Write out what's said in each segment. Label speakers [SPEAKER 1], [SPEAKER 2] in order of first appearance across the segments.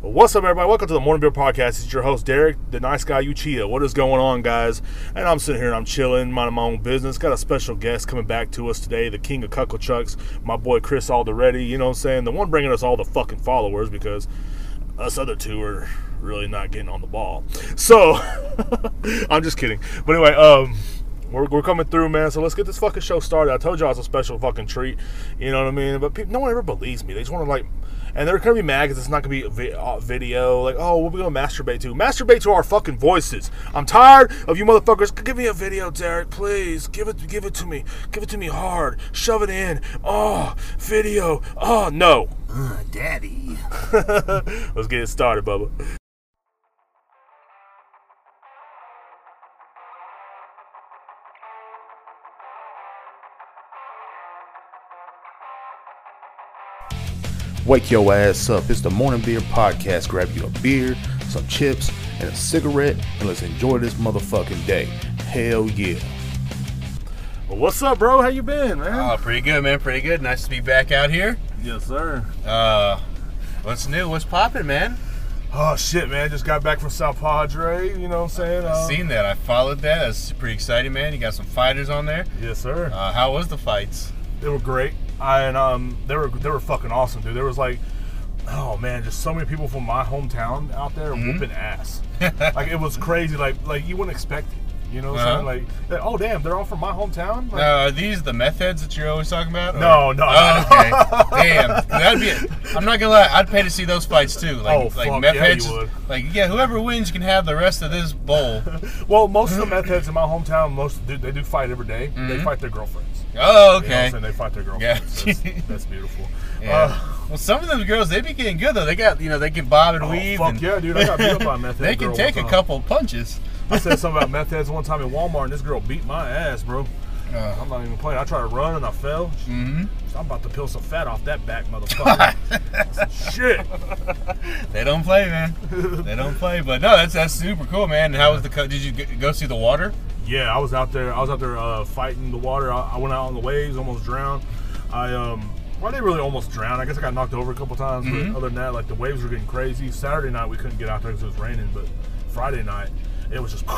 [SPEAKER 1] What's up, everybody? Welcome to the Morning Beer Podcast. It's your host, Derek, the nice guy, Uchia. What is going on, guys? And I'm sitting here and I'm chilling, minding my own business. Got a special guest coming back to us today, the king of cuckle chucks, my boy Chris Alderetti. You know what I'm saying? The one bringing us all the fucking followers because us other two are really not getting on the ball. So, I'm just kidding. But anyway, um, we're, we're coming through, man. So let's get this fucking show started. I told y'all it's a special fucking treat. You know what I mean? But people, no one ever believes me. They just want to like, and they're gonna be mad because it's not gonna be vi- uh, video. Like, oh, what we gonna masturbate to? Masturbate to our fucking voices. I'm tired of you motherfuckers. Give me a video, Derek, please. Give it, give it to me. Give it to me hard. Shove it in. Oh, video. Oh no.
[SPEAKER 2] Uh, Daddy.
[SPEAKER 1] Let's get it started, Bubba.
[SPEAKER 3] Wake your ass up. It's the Morning Beer Podcast. Grab you a beer, some chips, and a cigarette, and let's enjoy this motherfucking day. Hell yeah.
[SPEAKER 1] Well, what's up, bro? How you been, man?
[SPEAKER 2] Oh, pretty good, man. Pretty good. Nice to be back out here.
[SPEAKER 1] yes, sir.
[SPEAKER 2] Uh, what's new? What's popping, man?
[SPEAKER 1] Oh shit, man! Just got back from South Padre. You know what I'm saying? Uh,
[SPEAKER 2] I seen that. I followed that. That's pretty exciting, man. You got some fighters on there.
[SPEAKER 1] Yes, sir.
[SPEAKER 2] Uh, how was the fights?
[SPEAKER 1] They were great. I, and um, they were they were fucking awesome, dude. There was like, oh man, just so many people from my hometown out there
[SPEAKER 2] Mm-hmm.
[SPEAKER 1] whooping ass. like it was crazy. Like like you wouldn't expect it. You know what I'm
[SPEAKER 2] Uh-huh.
[SPEAKER 1] saying? Like, like, oh damn, they're all from my hometown.
[SPEAKER 2] Uh,
[SPEAKER 1] Like,
[SPEAKER 2] are these the meth heads that you're always talking about? or-
[SPEAKER 1] No, no,
[SPEAKER 2] Oh,
[SPEAKER 1] no.
[SPEAKER 2] okay. Damn, that'd be. It. I'm not gonna lie. I'd pay to see those fights too. Like,
[SPEAKER 1] Oh,
[SPEAKER 2] like
[SPEAKER 1] fuck,
[SPEAKER 2] meth
[SPEAKER 1] yeah, you
[SPEAKER 2] heads.
[SPEAKER 1] would.
[SPEAKER 2] Like, yeah, whoever wins can have the rest of this bowl. Oh,
[SPEAKER 1] Well, most of the meth heads in my hometown, most do, they do fight every day. They fight their girlfriends.
[SPEAKER 2] Oh,
[SPEAKER 1] You know what I'm
[SPEAKER 2] Mm-hmm. okay.
[SPEAKER 1] saying? They fight their
[SPEAKER 2] Yeah.
[SPEAKER 1] girlfriends. That's, that's beautiful.
[SPEAKER 2] Yeah.
[SPEAKER 1] Uh,
[SPEAKER 2] well, some of those girls, they be getting good though. They got, you know, they can bob and
[SPEAKER 1] Oh,
[SPEAKER 2] weave.
[SPEAKER 1] fuck
[SPEAKER 2] and
[SPEAKER 1] yeah, dude. I got beat up by a meth head
[SPEAKER 2] They can
[SPEAKER 1] girl
[SPEAKER 2] take
[SPEAKER 1] one
[SPEAKER 2] a
[SPEAKER 1] time.
[SPEAKER 2] couple punches.
[SPEAKER 1] I said something about meth heads one time at Walmart, and this girl beat my ass, bro.
[SPEAKER 2] Uh.
[SPEAKER 1] I'm not even playing. I tried to run and I fell. Mm-hmm. I'm about to peel some fat off that back, motherfucker. I said, Shit.
[SPEAKER 2] They don't play, man. they don't play. But no, that's that's super cool, man. And how was the? co- Did you g- go see the water?
[SPEAKER 1] Yeah, I was out there. I was out there uh, fighting the water. I, I went out on the waves, almost drowned. I um, well, I didn't really almost drown. I guess I got knocked over a couple times.
[SPEAKER 2] Mm-hmm.
[SPEAKER 1] But other than that, like the waves were getting crazy. Saturday night we couldn't get out there because it was raining. But Friday night it was just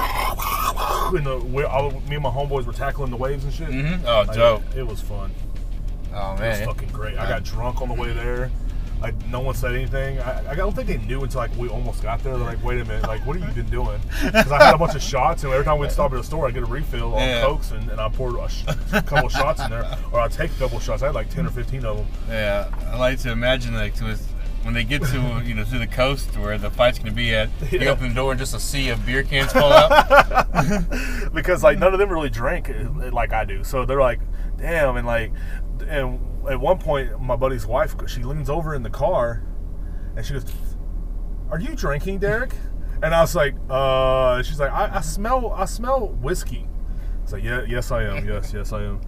[SPEAKER 1] and the we, I, me and my homeboys were tackling the waves and shit.
[SPEAKER 2] Mm-hmm. Oh,
[SPEAKER 1] Like,
[SPEAKER 2] dope.
[SPEAKER 1] It was fun.
[SPEAKER 2] Oh
[SPEAKER 1] It was
[SPEAKER 2] man.
[SPEAKER 1] fucking great. I got drunk on the way there. Like no one said anything. I, I don't think they knew until like we almost got there. They're like, "Wait a minute, like what have you been doing?" Because I had a bunch of shots, and every time we'd stop at a store, I get a refill on
[SPEAKER 2] Yeah.
[SPEAKER 1] cokes, and, and I poured a, sh- a couple shots in there, or I take a couple shots. I had like ten or fifteen of them.
[SPEAKER 2] Yeah, I like to imagine like to when they get to you know to the coast where the fight's gonna be at. You
[SPEAKER 1] Yeah.
[SPEAKER 2] open the door and just a sea of beer cans fall out.
[SPEAKER 1] because like none of them really drink eh, like I do. So they're like, damn, and like, and at one point, my buddy's wife she leans over in the car, and she goes, "Are you drinking, Derek?" And I was like, "Uh," she's like, "I, I smell, I smell whiskey." It's like, "Yeah, yes, I am. Yes, yes, I am."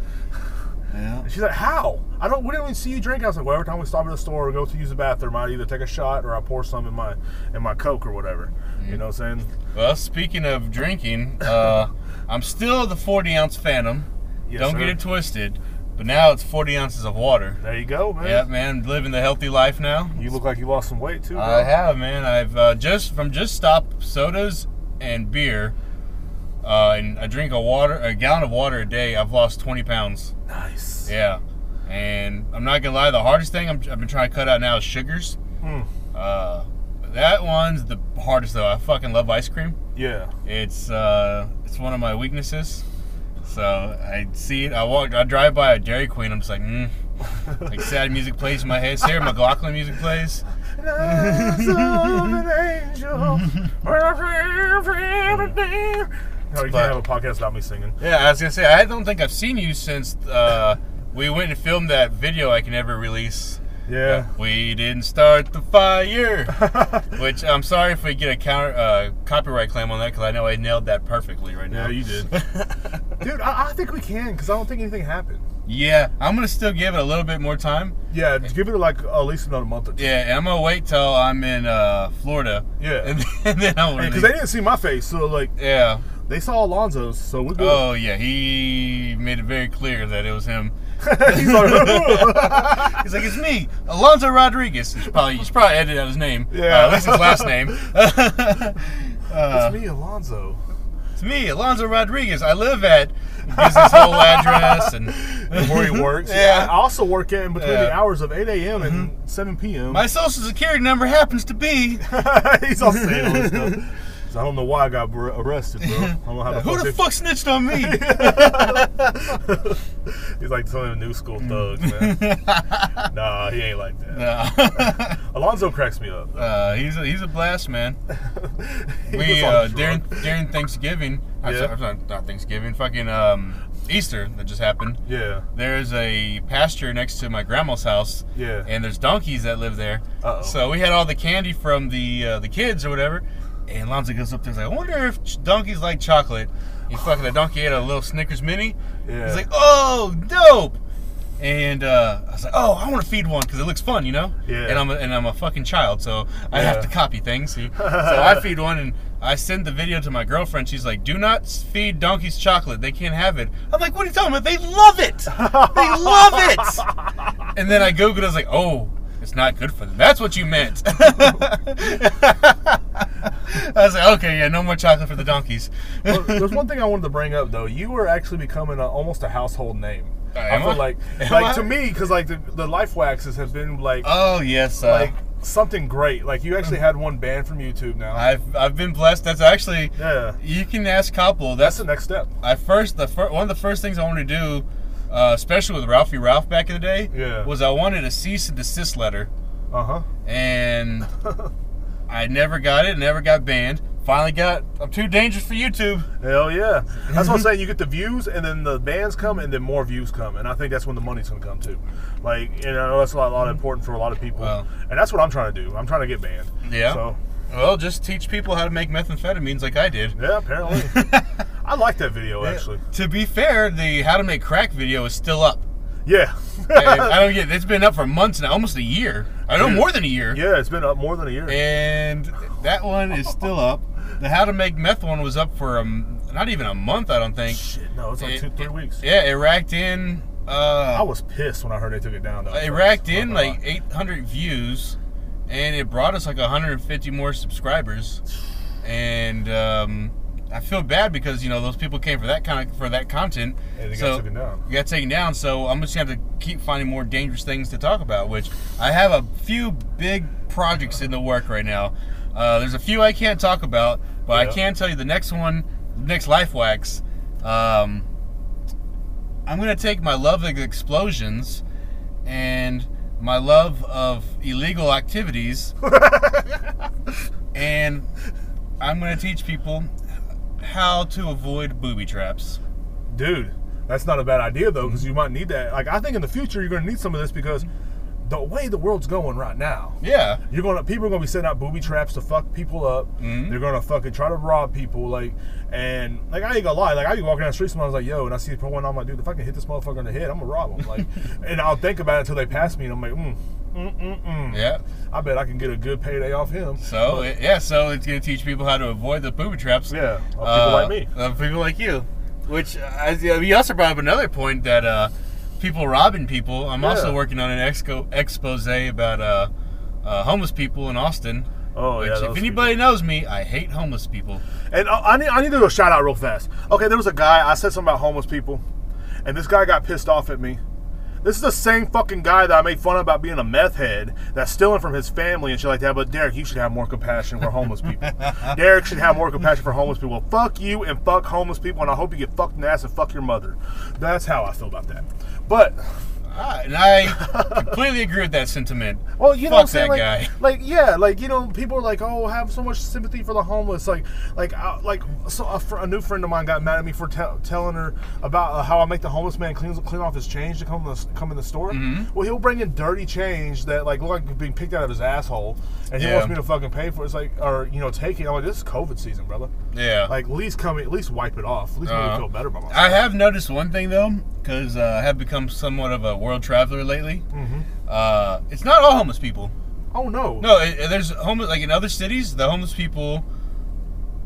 [SPEAKER 2] yeah.
[SPEAKER 1] And she's like, "How? I don't. We don't even see you drink." I was like, "Well, every time we stop at the store or go to use the bathroom, I either take a shot or I pour some in my in my coke or whatever." You know what I'm saying?
[SPEAKER 2] Well, speaking of drinking, uh, I'm still the 40 ounce Phantom.
[SPEAKER 1] Yes,
[SPEAKER 2] don't
[SPEAKER 1] sir.
[SPEAKER 2] get it twisted. But now it's 40 ounces of water.
[SPEAKER 1] There you go, man.
[SPEAKER 2] Yeah, man, living the healthy life now.
[SPEAKER 1] You look like you lost some weight too. Bro.
[SPEAKER 2] I have, man. I've uh, just from just stop sodas and beer, uh, and I drink a water, a gallon of water a day. I've lost 20 pounds.
[SPEAKER 1] Nice.
[SPEAKER 2] Yeah, and I'm not gonna lie, the hardest thing I'm, I've been trying to cut out now is sugars.
[SPEAKER 1] Mm.
[SPEAKER 2] Uh, that one's the hardest though. I fucking love ice cream.
[SPEAKER 1] Yeah.
[SPEAKER 2] It's uh, it's one of my weaknesses. So I see it. I walk. I drive by a Dairy Queen. I'm just like, mm. like sad music plays in my head. Sarah McLaughlin music plays.
[SPEAKER 1] No, you can't
[SPEAKER 2] But-
[SPEAKER 1] have a podcast without me singing.
[SPEAKER 2] Yeah, I was gonna say I don't think I've seen you since uh, we went and filmed that video I can never release.
[SPEAKER 1] Yeah.
[SPEAKER 2] We didn't start the fire, which I'm sorry if we get a counter uh, copyright claim on that because I know I nailed that perfectly right now.
[SPEAKER 1] Yeah, you did. Dude, I, I think we can because I don't think anything happened.
[SPEAKER 2] Yeah, I'm gonna still give it a little bit more time.
[SPEAKER 1] Yeah, give it like at least another month or two.
[SPEAKER 2] Yeah, and I'm gonna wait till I'm in uh, Florida.
[SPEAKER 1] Yeah.
[SPEAKER 2] and, then I'll
[SPEAKER 1] Because
[SPEAKER 2] release.
[SPEAKER 1] they didn't see my face, so like
[SPEAKER 2] yeah.
[SPEAKER 1] they saw Alonzo's, so we're good.
[SPEAKER 2] Oh yeah, he made it very clear that it was him.
[SPEAKER 3] He's like,
[SPEAKER 2] He's like, it's me, Alonzo Rodriguez. You should probably, you should probably edit out his name.
[SPEAKER 3] Yeah.
[SPEAKER 2] Uh, at least his last name.
[SPEAKER 3] it's me, Alonzo.
[SPEAKER 2] it's me, Alonzo Rodriguez. I live at. Gives his whole address and
[SPEAKER 3] Where he works.
[SPEAKER 2] Yeah.
[SPEAKER 1] I also work in between the
[SPEAKER 2] Yeah. Mm-hmm.
[SPEAKER 1] hours of 8 a.m. and 7 p.m.
[SPEAKER 2] my social security number happens to be.
[SPEAKER 1] He's all saying all this stuff. He's like, I don't know why I got br- arrested, bro. I don't know how the
[SPEAKER 2] Who
[SPEAKER 1] fuck
[SPEAKER 2] the
[SPEAKER 1] this-
[SPEAKER 2] fuck snitched on me?
[SPEAKER 1] He's like some of the new school thugs, man. nah, he ain't like that.
[SPEAKER 2] No.
[SPEAKER 1] Alonzo cracks me up.
[SPEAKER 2] Uh, he's a, he's a blast, man.
[SPEAKER 1] He
[SPEAKER 2] We
[SPEAKER 1] was on
[SPEAKER 2] uh,
[SPEAKER 1] drugs.
[SPEAKER 2] during during Thanksgiving, I'm
[SPEAKER 1] Yeah.
[SPEAKER 2] sorry, I'm sorry, not Thanksgiving, fucking um, Easter that just happened.
[SPEAKER 1] Yeah.
[SPEAKER 2] There's a pasture next to my grandma's house.
[SPEAKER 1] Yeah.
[SPEAKER 2] And there's donkeys that live there.
[SPEAKER 1] Uh-oh.
[SPEAKER 2] So we had all the candy from the uh, the kids or whatever. And Lonzo goes up there. He's like, I wonder if ch- donkeys like chocolate. He fucking the donkey ate a little Snickers mini.
[SPEAKER 1] Yeah.
[SPEAKER 2] He's like, oh, dope. And uh, I was like, oh, I want to feed one because it looks fun, you know.
[SPEAKER 1] Yeah.
[SPEAKER 2] And I'm a, and I'm a fucking child, so I
[SPEAKER 1] Yeah.
[SPEAKER 2] have to copy things. So I feed one and I send the video to my girlfriend. She's like, "Do not feed donkeys chocolate. They can't have it." I'm like, "What are you talking about? They love it. They love it." and then I googled. I was like, "Oh, it's not good for them. That's what you meant." I was like, "Okay, yeah, no more chocolate for the donkeys."
[SPEAKER 1] Well, There's one thing I wanted to bring up though. You were actually becoming a, almost a household name.
[SPEAKER 2] I
[SPEAKER 1] I
[SPEAKER 2] am
[SPEAKER 1] feel
[SPEAKER 2] I?
[SPEAKER 1] like,
[SPEAKER 2] Am
[SPEAKER 1] like
[SPEAKER 2] I?
[SPEAKER 1] to me, because like the, the life waxes have been like,
[SPEAKER 2] oh yes, uh,
[SPEAKER 1] like something great. Like you actually had one banned from YouTube now.
[SPEAKER 2] I've I've been blessed. That's actually
[SPEAKER 1] yeah,
[SPEAKER 2] you can ask Coppola. That's
[SPEAKER 1] that's the next step.
[SPEAKER 2] I first the fir- one of the first things I wanted to do, uh, especially with Ralphie Ralph back in the day,
[SPEAKER 1] Yeah.
[SPEAKER 2] was I wanted a cease and desist letter,
[SPEAKER 1] Uh huh.
[SPEAKER 2] and I never got it. Never got banned. Finally got. I'm too dangerous for YouTube.
[SPEAKER 1] Hell yeah. That's what
[SPEAKER 2] Mm-hmm.
[SPEAKER 1] I'm saying. You get the views, and then the bands come, and then more views come, and I think that's when the money's gonna come too. Like, you know, that's a lot, a lot important for a lot of people,
[SPEAKER 2] Mm-hmm. Well.
[SPEAKER 1] and that's what I'm trying to do. I'm trying to get banned.
[SPEAKER 2] Yeah.
[SPEAKER 1] So
[SPEAKER 2] Well, just teach people how to make methamphetamines like I did.
[SPEAKER 1] yeah, apparently, I like that video actually.
[SPEAKER 2] To be fair, the how to make crack video is still up.
[SPEAKER 1] Yeah.
[SPEAKER 2] I, I don't get. It's been up for months now, almost a year. I know more than a year.
[SPEAKER 1] yeah, it's been up more than a year.
[SPEAKER 2] and that one is still up. The how to make meth one was up for um, not even a month, I don't think.
[SPEAKER 1] Shit, no, it's like
[SPEAKER 2] It-
[SPEAKER 1] two, three
[SPEAKER 2] it-
[SPEAKER 1] weeks.
[SPEAKER 2] Yeah, it racked in.
[SPEAKER 1] I
[SPEAKER 2] Uh,
[SPEAKER 1] was pissed when I heard they took it down. Though.
[SPEAKER 2] it racked in like 800 views, and it brought us like 150 more subscribers. And um, I feel bad because you know those people came for that kind of for that content.
[SPEAKER 1] And it got
[SPEAKER 2] so
[SPEAKER 1] taken down.
[SPEAKER 2] it got taken down. So I'm just gonna have to keep finding more dangerous things to talk about. Which I have a few big projects in the work right now. Uh, there's a few I can't talk about, but
[SPEAKER 1] Yeah.
[SPEAKER 2] I can tell you the next one, the next life wax. Um, I'm gonna take my love of explosions and my love of illegal activities, and I'm gonna teach people how to avoid booby traps.
[SPEAKER 1] dude, that's not a bad idea though,
[SPEAKER 2] Mm-hmm.
[SPEAKER 1] because you might need that. Like, I think in the future you're going to need some of this because the way the world's going right now,
[SPEAKER 2] Yeah.
[SPEAKER 1] You're gonna people are gonna be setting out booby traps to fuck people up.
[SPEAKER 2] Mhm.
[SPEAKER 1] They're gonna fucking try to rob people, like and like I ain't gonna lie, like I be walking down the street sometimes like yo, and I see one, I'm like, dude, if I can hit this motherfucker in the head, I'm gonna rob him. Like, and I'll think about it until they pass me, and I'm like, mm, mm, mm, mm.
[SPEAKER 2] Yeah.
[SPEAKER 1] I bet I can get a good payday off him.
[SPEAKER 2] So it, yeah, so it's gonna teach people how to avoid the booby traps.
[SPEAKER 1] Yeah, of people
[SPEAKER 2] Uh,
[SPEAKER 1] like me.
[SPEAKER 2] Of people like you. Which I, you also brought up another point that uh, people robbing people. I'm
[SPEAKER 1] Yeah.
[SPEAKER 2] also working on an exco, expose about uh, uh, homeless people in Austin.
[SPEAKER 1] Oh,
[SPEAKER 2] which
[SPEAKER 1] yeah,
[SPEAKER 2] If
[SPEAKER 1] those
[SPEAKER 2] anybody knows me, I hate homeless people.
[SPEAKER 1] And uh, I need, I need to do a shout out real fast. Okay, there was a guy, I said something about homeless people, and this guy got pissed off at me. This is the same fucking guy that I made fun of about being a meth head that's stealing from his family and shit like that. But Derek, you should have more compassion for homeless people. Derek should have more compassion for homeless people. Fuck you and fuck homeless people, and I hope you get fucked in the ass and fuck your mother. That's how I feel about that. But
[SPEAKER 2] Ah, and I completely agree with that sentiment.
[SPEAKER 1] Well, you know
[SPEAKER 2] Fuck
[SPEAKER 1] what I'm saying?
[SPEAKER 2] that
[SPEAKER 1] like,
[SPEAKER 2] guy.
[SPEAKER 1] like, yeah, like you know, people are like, "Oh, have so much sympathy for the homeless." Like, like, uh, like, so a, fr- a new friend of mine got mad at me for tell telling her about uh, how I make the homeless man clean clean off his change to come to the, s- come in the store.
[SPEAKER 2] Mm-hmm.
[SPEAKER 1] Well, he'll bring in dirty change that like look like being picked out of his asshole, and he
[SPEAKER 2] Yeah.
[SPEAKER 1] wants me to fucking pay for it. It's like, or you know, take it. I'm like, this is COVID season, brother.
[SPEAKER 2] Yeah.
[SPEAKER 1] Like, at least come, at least wipe it off. At least make me
[SPEAKER 2] Uh-huh.
[SPEAKER 1] feel better about myself.
[SPEAKER 2] I have noticed one thing though, because uh, I have become somewhat of a world traveler lately. Mm-hmm. Uh, it's not all homeless people.
[SPEAKER 1] oh no.
[SPEAKER 2] No, it, it- there's homeless like in other cities, the homeless people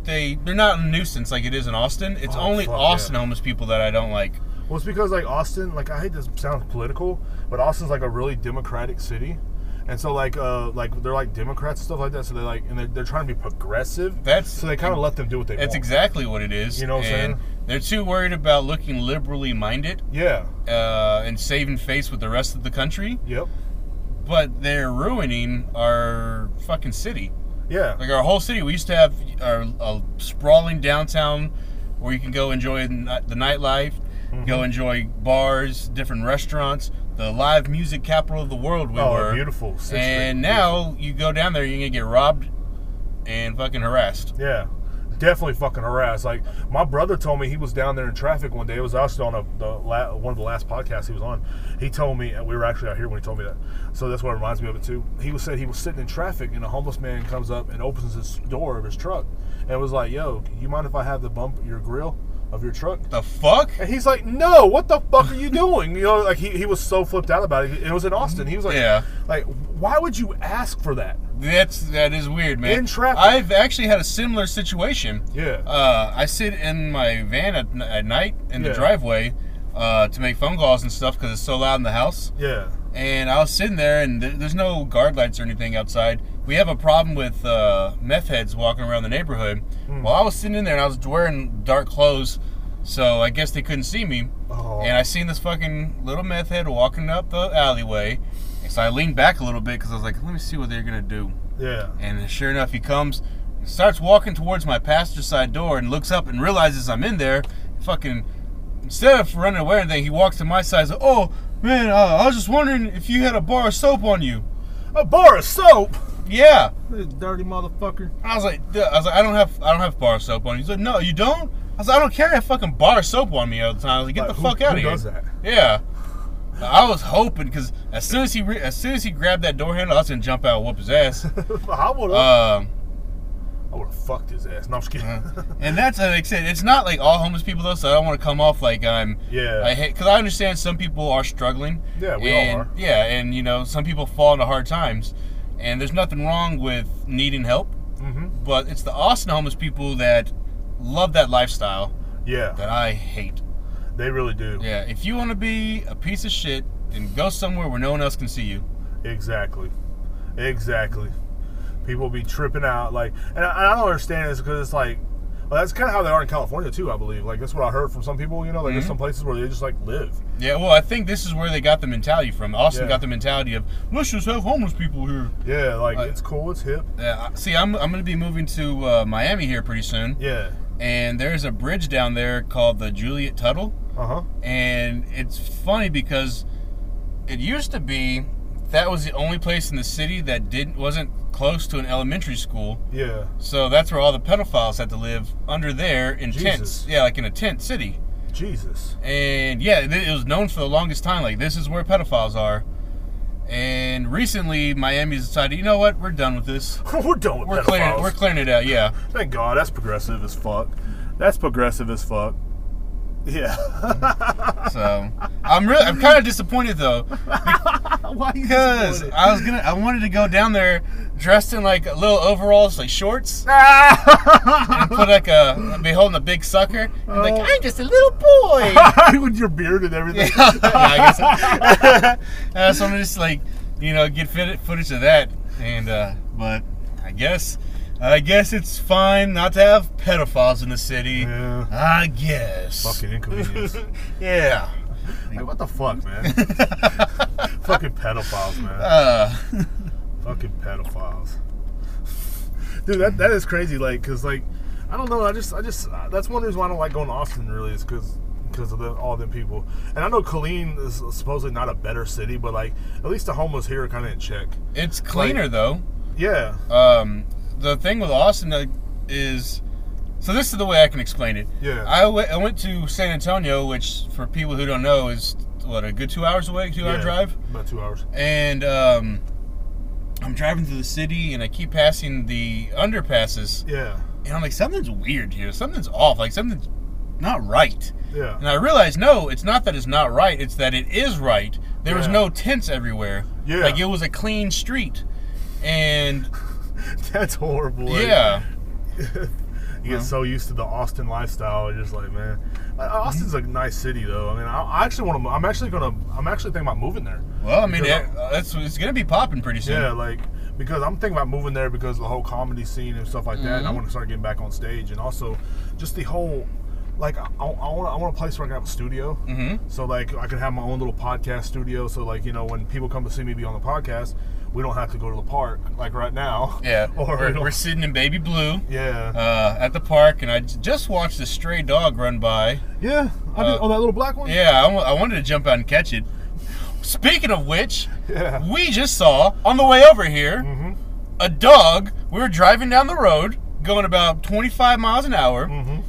[SPEAKER 2] they they're not a nuisance like it is in Austin. It's
[SPEAKER 1] Oh,
[SPEAKER 2] only
[SPEAKER 1] fuck,
[SPEAKER 2] Austin
[SPEAKER 1] yeah.
[SPEAKER 2] homeless people that I don't like.
[SPEAKER 1] Well, it's because like Austin, like I hate this sounds political, but Austin's like a really democratic city, and so like uh like they're like Democrats and stuff like that. So they're like and they're, they're trying to be progressive.
[SPEAKER 2] That's-
[SPEAKER 1] so they kind of let them do what they
[SPEAKER 2] That's
[SPEAKER 1] want.
[SPEAKER 2] exactly what it is.
[SPEAKER 1] You know what I'm
[SPEAKER 2] and
[SPEAKER 1] saying?
[SPEAKER 2] They're too worried about looking liberally minded
[SPEAKER 1] yeah.
[SPEAKER 2] uh, and saving face with the rest of the country,
[SPEAKER 1] Yep.
[SPEAKER 2] but they're ruining our fucking city.
[SPEAKER 1] Yeah.
[SPEAKER 2] Like our whole city, we used to have our, a sprawling downtown where you can go enjoy the ni- the nightlife,
[SPEAKER 1] Mm-hmm.
[SPEAKER 2] go enjoy bars, different restaurants, the live music capital of the world. We
[SPEAKER 1] oh,
[SPEAKER 2] were
[SPEAKER 1] beautiful. Sixth Street.
[SPEAKER 2] And now you go down there, you're gonna get robbed and fucking harassed.
[SPEAKER 1] Yeah, definitely fucking harassed. Like my brother told me he was down there in traffic one day. It was actually on a, the la, one of the last podcasts he was on. He told me and we were actually out here when he told me that. So that's what reminds me of it too. He was said he was sitting in traffic and a homeless man comes up and opens his door of his truck and was like, "Yo, you mind if I have the bump your grill of your truck?"
[SPEAKER 2] The fuck?
[SPEAKER 1] And he's like, "No, what the fuck are you doing?" You know, like he, he was so flipped out about it. It was in Austin. He was like,
[SPEAKER 2] Yeah.
[SPEAKER 1] like why would you ask for that?"
[SPEAKER 2] That's that is weird, man.
[SPEAKER 1] In traffic.
[SPEAKER 2] I've actually had a similar situation.
[SPEAKER 1] Yeah.
[SPEAKER 2] Uh, I sit in my van at, at night in
[SPEAKER 1] Yeah.
[SPEAKER 2] the driveway uh, to make phone calls and stuff because it's so loud in the house.
[SPEAKER 1] yeah.
[SPEAKER 2] And I was sitting there, and th- there's no guard lights or anything outside. We have a problem with uh, meth heads walking around the neighborhood. Well, I was sitting in there, and I was wearing dark clothes, so I guess they couldn't see me.
[SPEAKER 1] Oh.
[SPEAKER 2] And I seen this fucking little meth head walking up the alleyway. So I leaned back a little bit because I was like, let me see what they're gonna do.
[SPEAKER 1] Yeah.
[SPEAKER 2] And sure enough, he comes, and starts walking towards my passenger side door, and looks up and realizes I'm in there. Fucking, instead of running away or anything, he walks to my side. Says, "Oh man, uh, I was just wondering if you had a bar of soap on you."
[SPEAKER 1] A bar of soap.
[SPEAKER 2] Yeah,
[SPEAKER 1] This dirty motherfucker.
[SPEAKER 2] I was like, "Duh," I was like, I don't have, I don't have bar of soap on. you." He's like, "No, you don't." I was like, "I don't carry a fucking bar of soap on me all the time." I was like,
[SPEAKER 1] Like,
[SPEAKER 2] "Get the
[SPEAKER 1] who-
[SPEAKER 2] fuck out of
[SPEAKER 1] who
[SPEAKER 2] here."
[SPEAKER 1] does that?
[SPEAKER 2] Yeah. I was hoping because as soon as he re- as soon as he grabbed that door handle, I was gonna jump out and whoop his ass.
[SPEAKER 1] I would have.
[SPEAKER 2] Um,
[SPEAKER 1] I would have fucked his ass. No, I'm just kidding.
[SPEAKER 2] and that's like I said, it's not like all homeless people though, so I don't want to come off like I'm.
[SPEAKER 1] Yeah.
[SPEAKER 2] I hate because I understand some people are struggling.
[SPEAKER 1] Yeah, we all
[SPEAKER 2] and,
[SPEAKER 1] are.
[SPEAKER 2] Yeah, and you know some people fall into hard times, and there's nothing wrong with needing help,
[SPEAKER 1] hmm
[SPEAKER 2] but it's the Austin homeless people that love that lifestyle
[SPEAKER 1] Yeah,
[SPEAKER 2] that I hate.
[SPEAKER 1] they really do.
[SPEAKER 2] Yeah, if you want to be a piece of shit, then go somewhere where no one else can see you.
[SPEAKER 1] Exactly. Exactly. People be tripping out like, and I, I don't understand this because it's like, well, that's kind of how they are in California too. I believe. Like that's what I heard from some people. You know, like
[SPEAKER 2] Mm-hmm.
[SPEAKER 1] there's some places where they just like live.
[SPEAKER 2] Yeah, well, I think this is where they got the mentality from. Austin
[SPEAKER 1] Yeah.
[SPEAKER 2] got the mentality of let's just have homeless people here.
[SPEAKER 1] Yeah, like
[SPEAKER 2] Uh,
[SPEAKER 1] it's cool, it's hip.
[SPEAKER 2] Yeah, I- see, I'm, I'm going to be moving to uh, Miami here pretty soon,
[SPEAKER 1] Yeah.
[SPEAKER 2] and there's a bridge down there called the Juliet Tuttle,
[SPEAKER 1] Uh huh.
[SPEAKER 2] and it's funny because it used to be that was the only place in the city that didn't wasn't close to an elementary school,
[SPEAKER 1] Yeah.
[SPEAKER 2] so that's where all the pedophiles had to live under there in tents.
[SPEAKER 1] Jesus.
[SPEAKER 2] Yeah, like in a tent city,
[SPEAKER 1] Jesus.
[SPEAKER 2] and yeah, it- it was known for the longest time like this is where pedophiles are. And recently, Miami's decided, you know what, we're done with this.
[SPEAKER 1] we're done with
[SPEAKER 2] We're clearing,
[SPEAKER 1] pedophiles.
[SPEAKER 2] we're clearing it out. Yeah.
[SPEAKER 1] Thank God, that's progressive as fuck. That's progressive as fuck. Yeah.
[SPEAKER 2] So I'm really, I'm kind of disappointed though,
[SPEAKER 1] Why you
[SPEAKER 2] because
[SPEAKER 1] disappointed?
[SPEAKER 2] I was gonna, I wanted to go down there dressed in like little overalls, like shorts, and put like a, be holding a big sucker, and like
[SPEAKER 1] Oh.
[SPEAKER 2] I'm just a little boy.
[SPEAKER 1] with your beard and everything.
[SPEAKER 2] Yeah, I guess. uh, so I'm just like, you know, get fit, footage of that, and uh, but I guess, I guess it's fine not to have pedophiles in the city.
[SPEAKER 1] Yeah.
[SPEAKER 2] I guess.
[SPEAKER 1] Fucking inconvenience.
[SPEAKER 2] Yeah.
[SPEAKER 1] like, what the fuck, man? Fucking pedophiles, man.
[SPEAKER 2] Uh,
[SPEAKER 1] Fucking pedophiles. Dude, that, that is crazy. Like, cause like, I don't know. I just, I just, uh, that's one reason why I don't like going to Austin. Really, is cause, cause of the, all them people. And I know Colleen is supposedly not a better city, but like, at least the homeless here are kind of in check.
[SPEAKER 2] it's cleaner though.
[SPEAKER 1] Yeah.
[SPEAKER 2] um, the thing with Austin uh, is so this is the way I can explain it.
[SPEAKER 1] Yeah.
[SPEAKER 2] I we- I went to San Antonio, which for people who don't know is what a good two hours away, two hour
[SPEAKER 1] Yeah,
[SPEAKER 2] drive,
[SPEAKER 1] About two hours.
[SPEAKER 2] and um, I'm driving through the city and I keep passing the underpasses,
[SPEAKER 1] Yeah.
[SPEAKER 2] and I'm like something's weird here, something's off, like something's not right.
[SPEAKER 1] Yeah.
[SPEAKER 2] And I realized no, it's not that it's not right, it's that it is right. There was
[SPEAKER 1] Yeah.
[SPEAKER 2] no tents everywhere.
[SPEAKER 1] Yeah.
[SPEAKER 2] Like it was a clean street. And
[SPEAKER 1] That's horrible.
[SPEAKER 2] yeah.
[SPEAKER 1] You get so used to the Austin lifestyle, you're just like, man. Uh, Austin's a nice city, though. I mean, I, I actually want to. I'm actually gonna. I'm actually thinking about moving there.
[SPEAKER 2] Well, I mean,
[SPEAKER 1] Because
[SPEAKER 2] it, uh,
[SPEAKER 1] I'm-
[SPEAKER 2] that's it's gonna be popping pretty soon.
[SPEAKER 1] Yeah, like because I'm thinking about moving there because of the whole comedy scene and stuff like that.
[SPEAKER 2] Mm-hmm.
[SPEAKER 1] And I want to start getting back on stage, and also just the whole like I, I, want, I want a place where I can have a studio. Mm-hmm. So like I can have my own little podcast studio. So like you know when people come to see me be on the podcast, we don't have to go to the park like right now.
[SPEAKER 2] Yeah,
[SPEAKER 1] or
[SPEAKER 2] we're,
[SPEAKER 1] it'll-
[SPEAKER 2] we're sitting in baby blue
[SPEAKER 1] yeah,
[SPEAKER 2] uh, at the park, and I j- just watched a stray dog run by.
[SPEAKER 1] yeah. I did,
[SPEAKER 2] uh,
[SPEAKER 1] oh, that little black one.
[SPEAKER 2] Yeah, I wa- I wanted to jump out and catch it. Speaking of which,
[SPEAKER 1] Yeah. Mm-hmm.
[SPEAKER 2] we just saw on the way over here a dog. We were driving down the road, going about 25 miles an hour,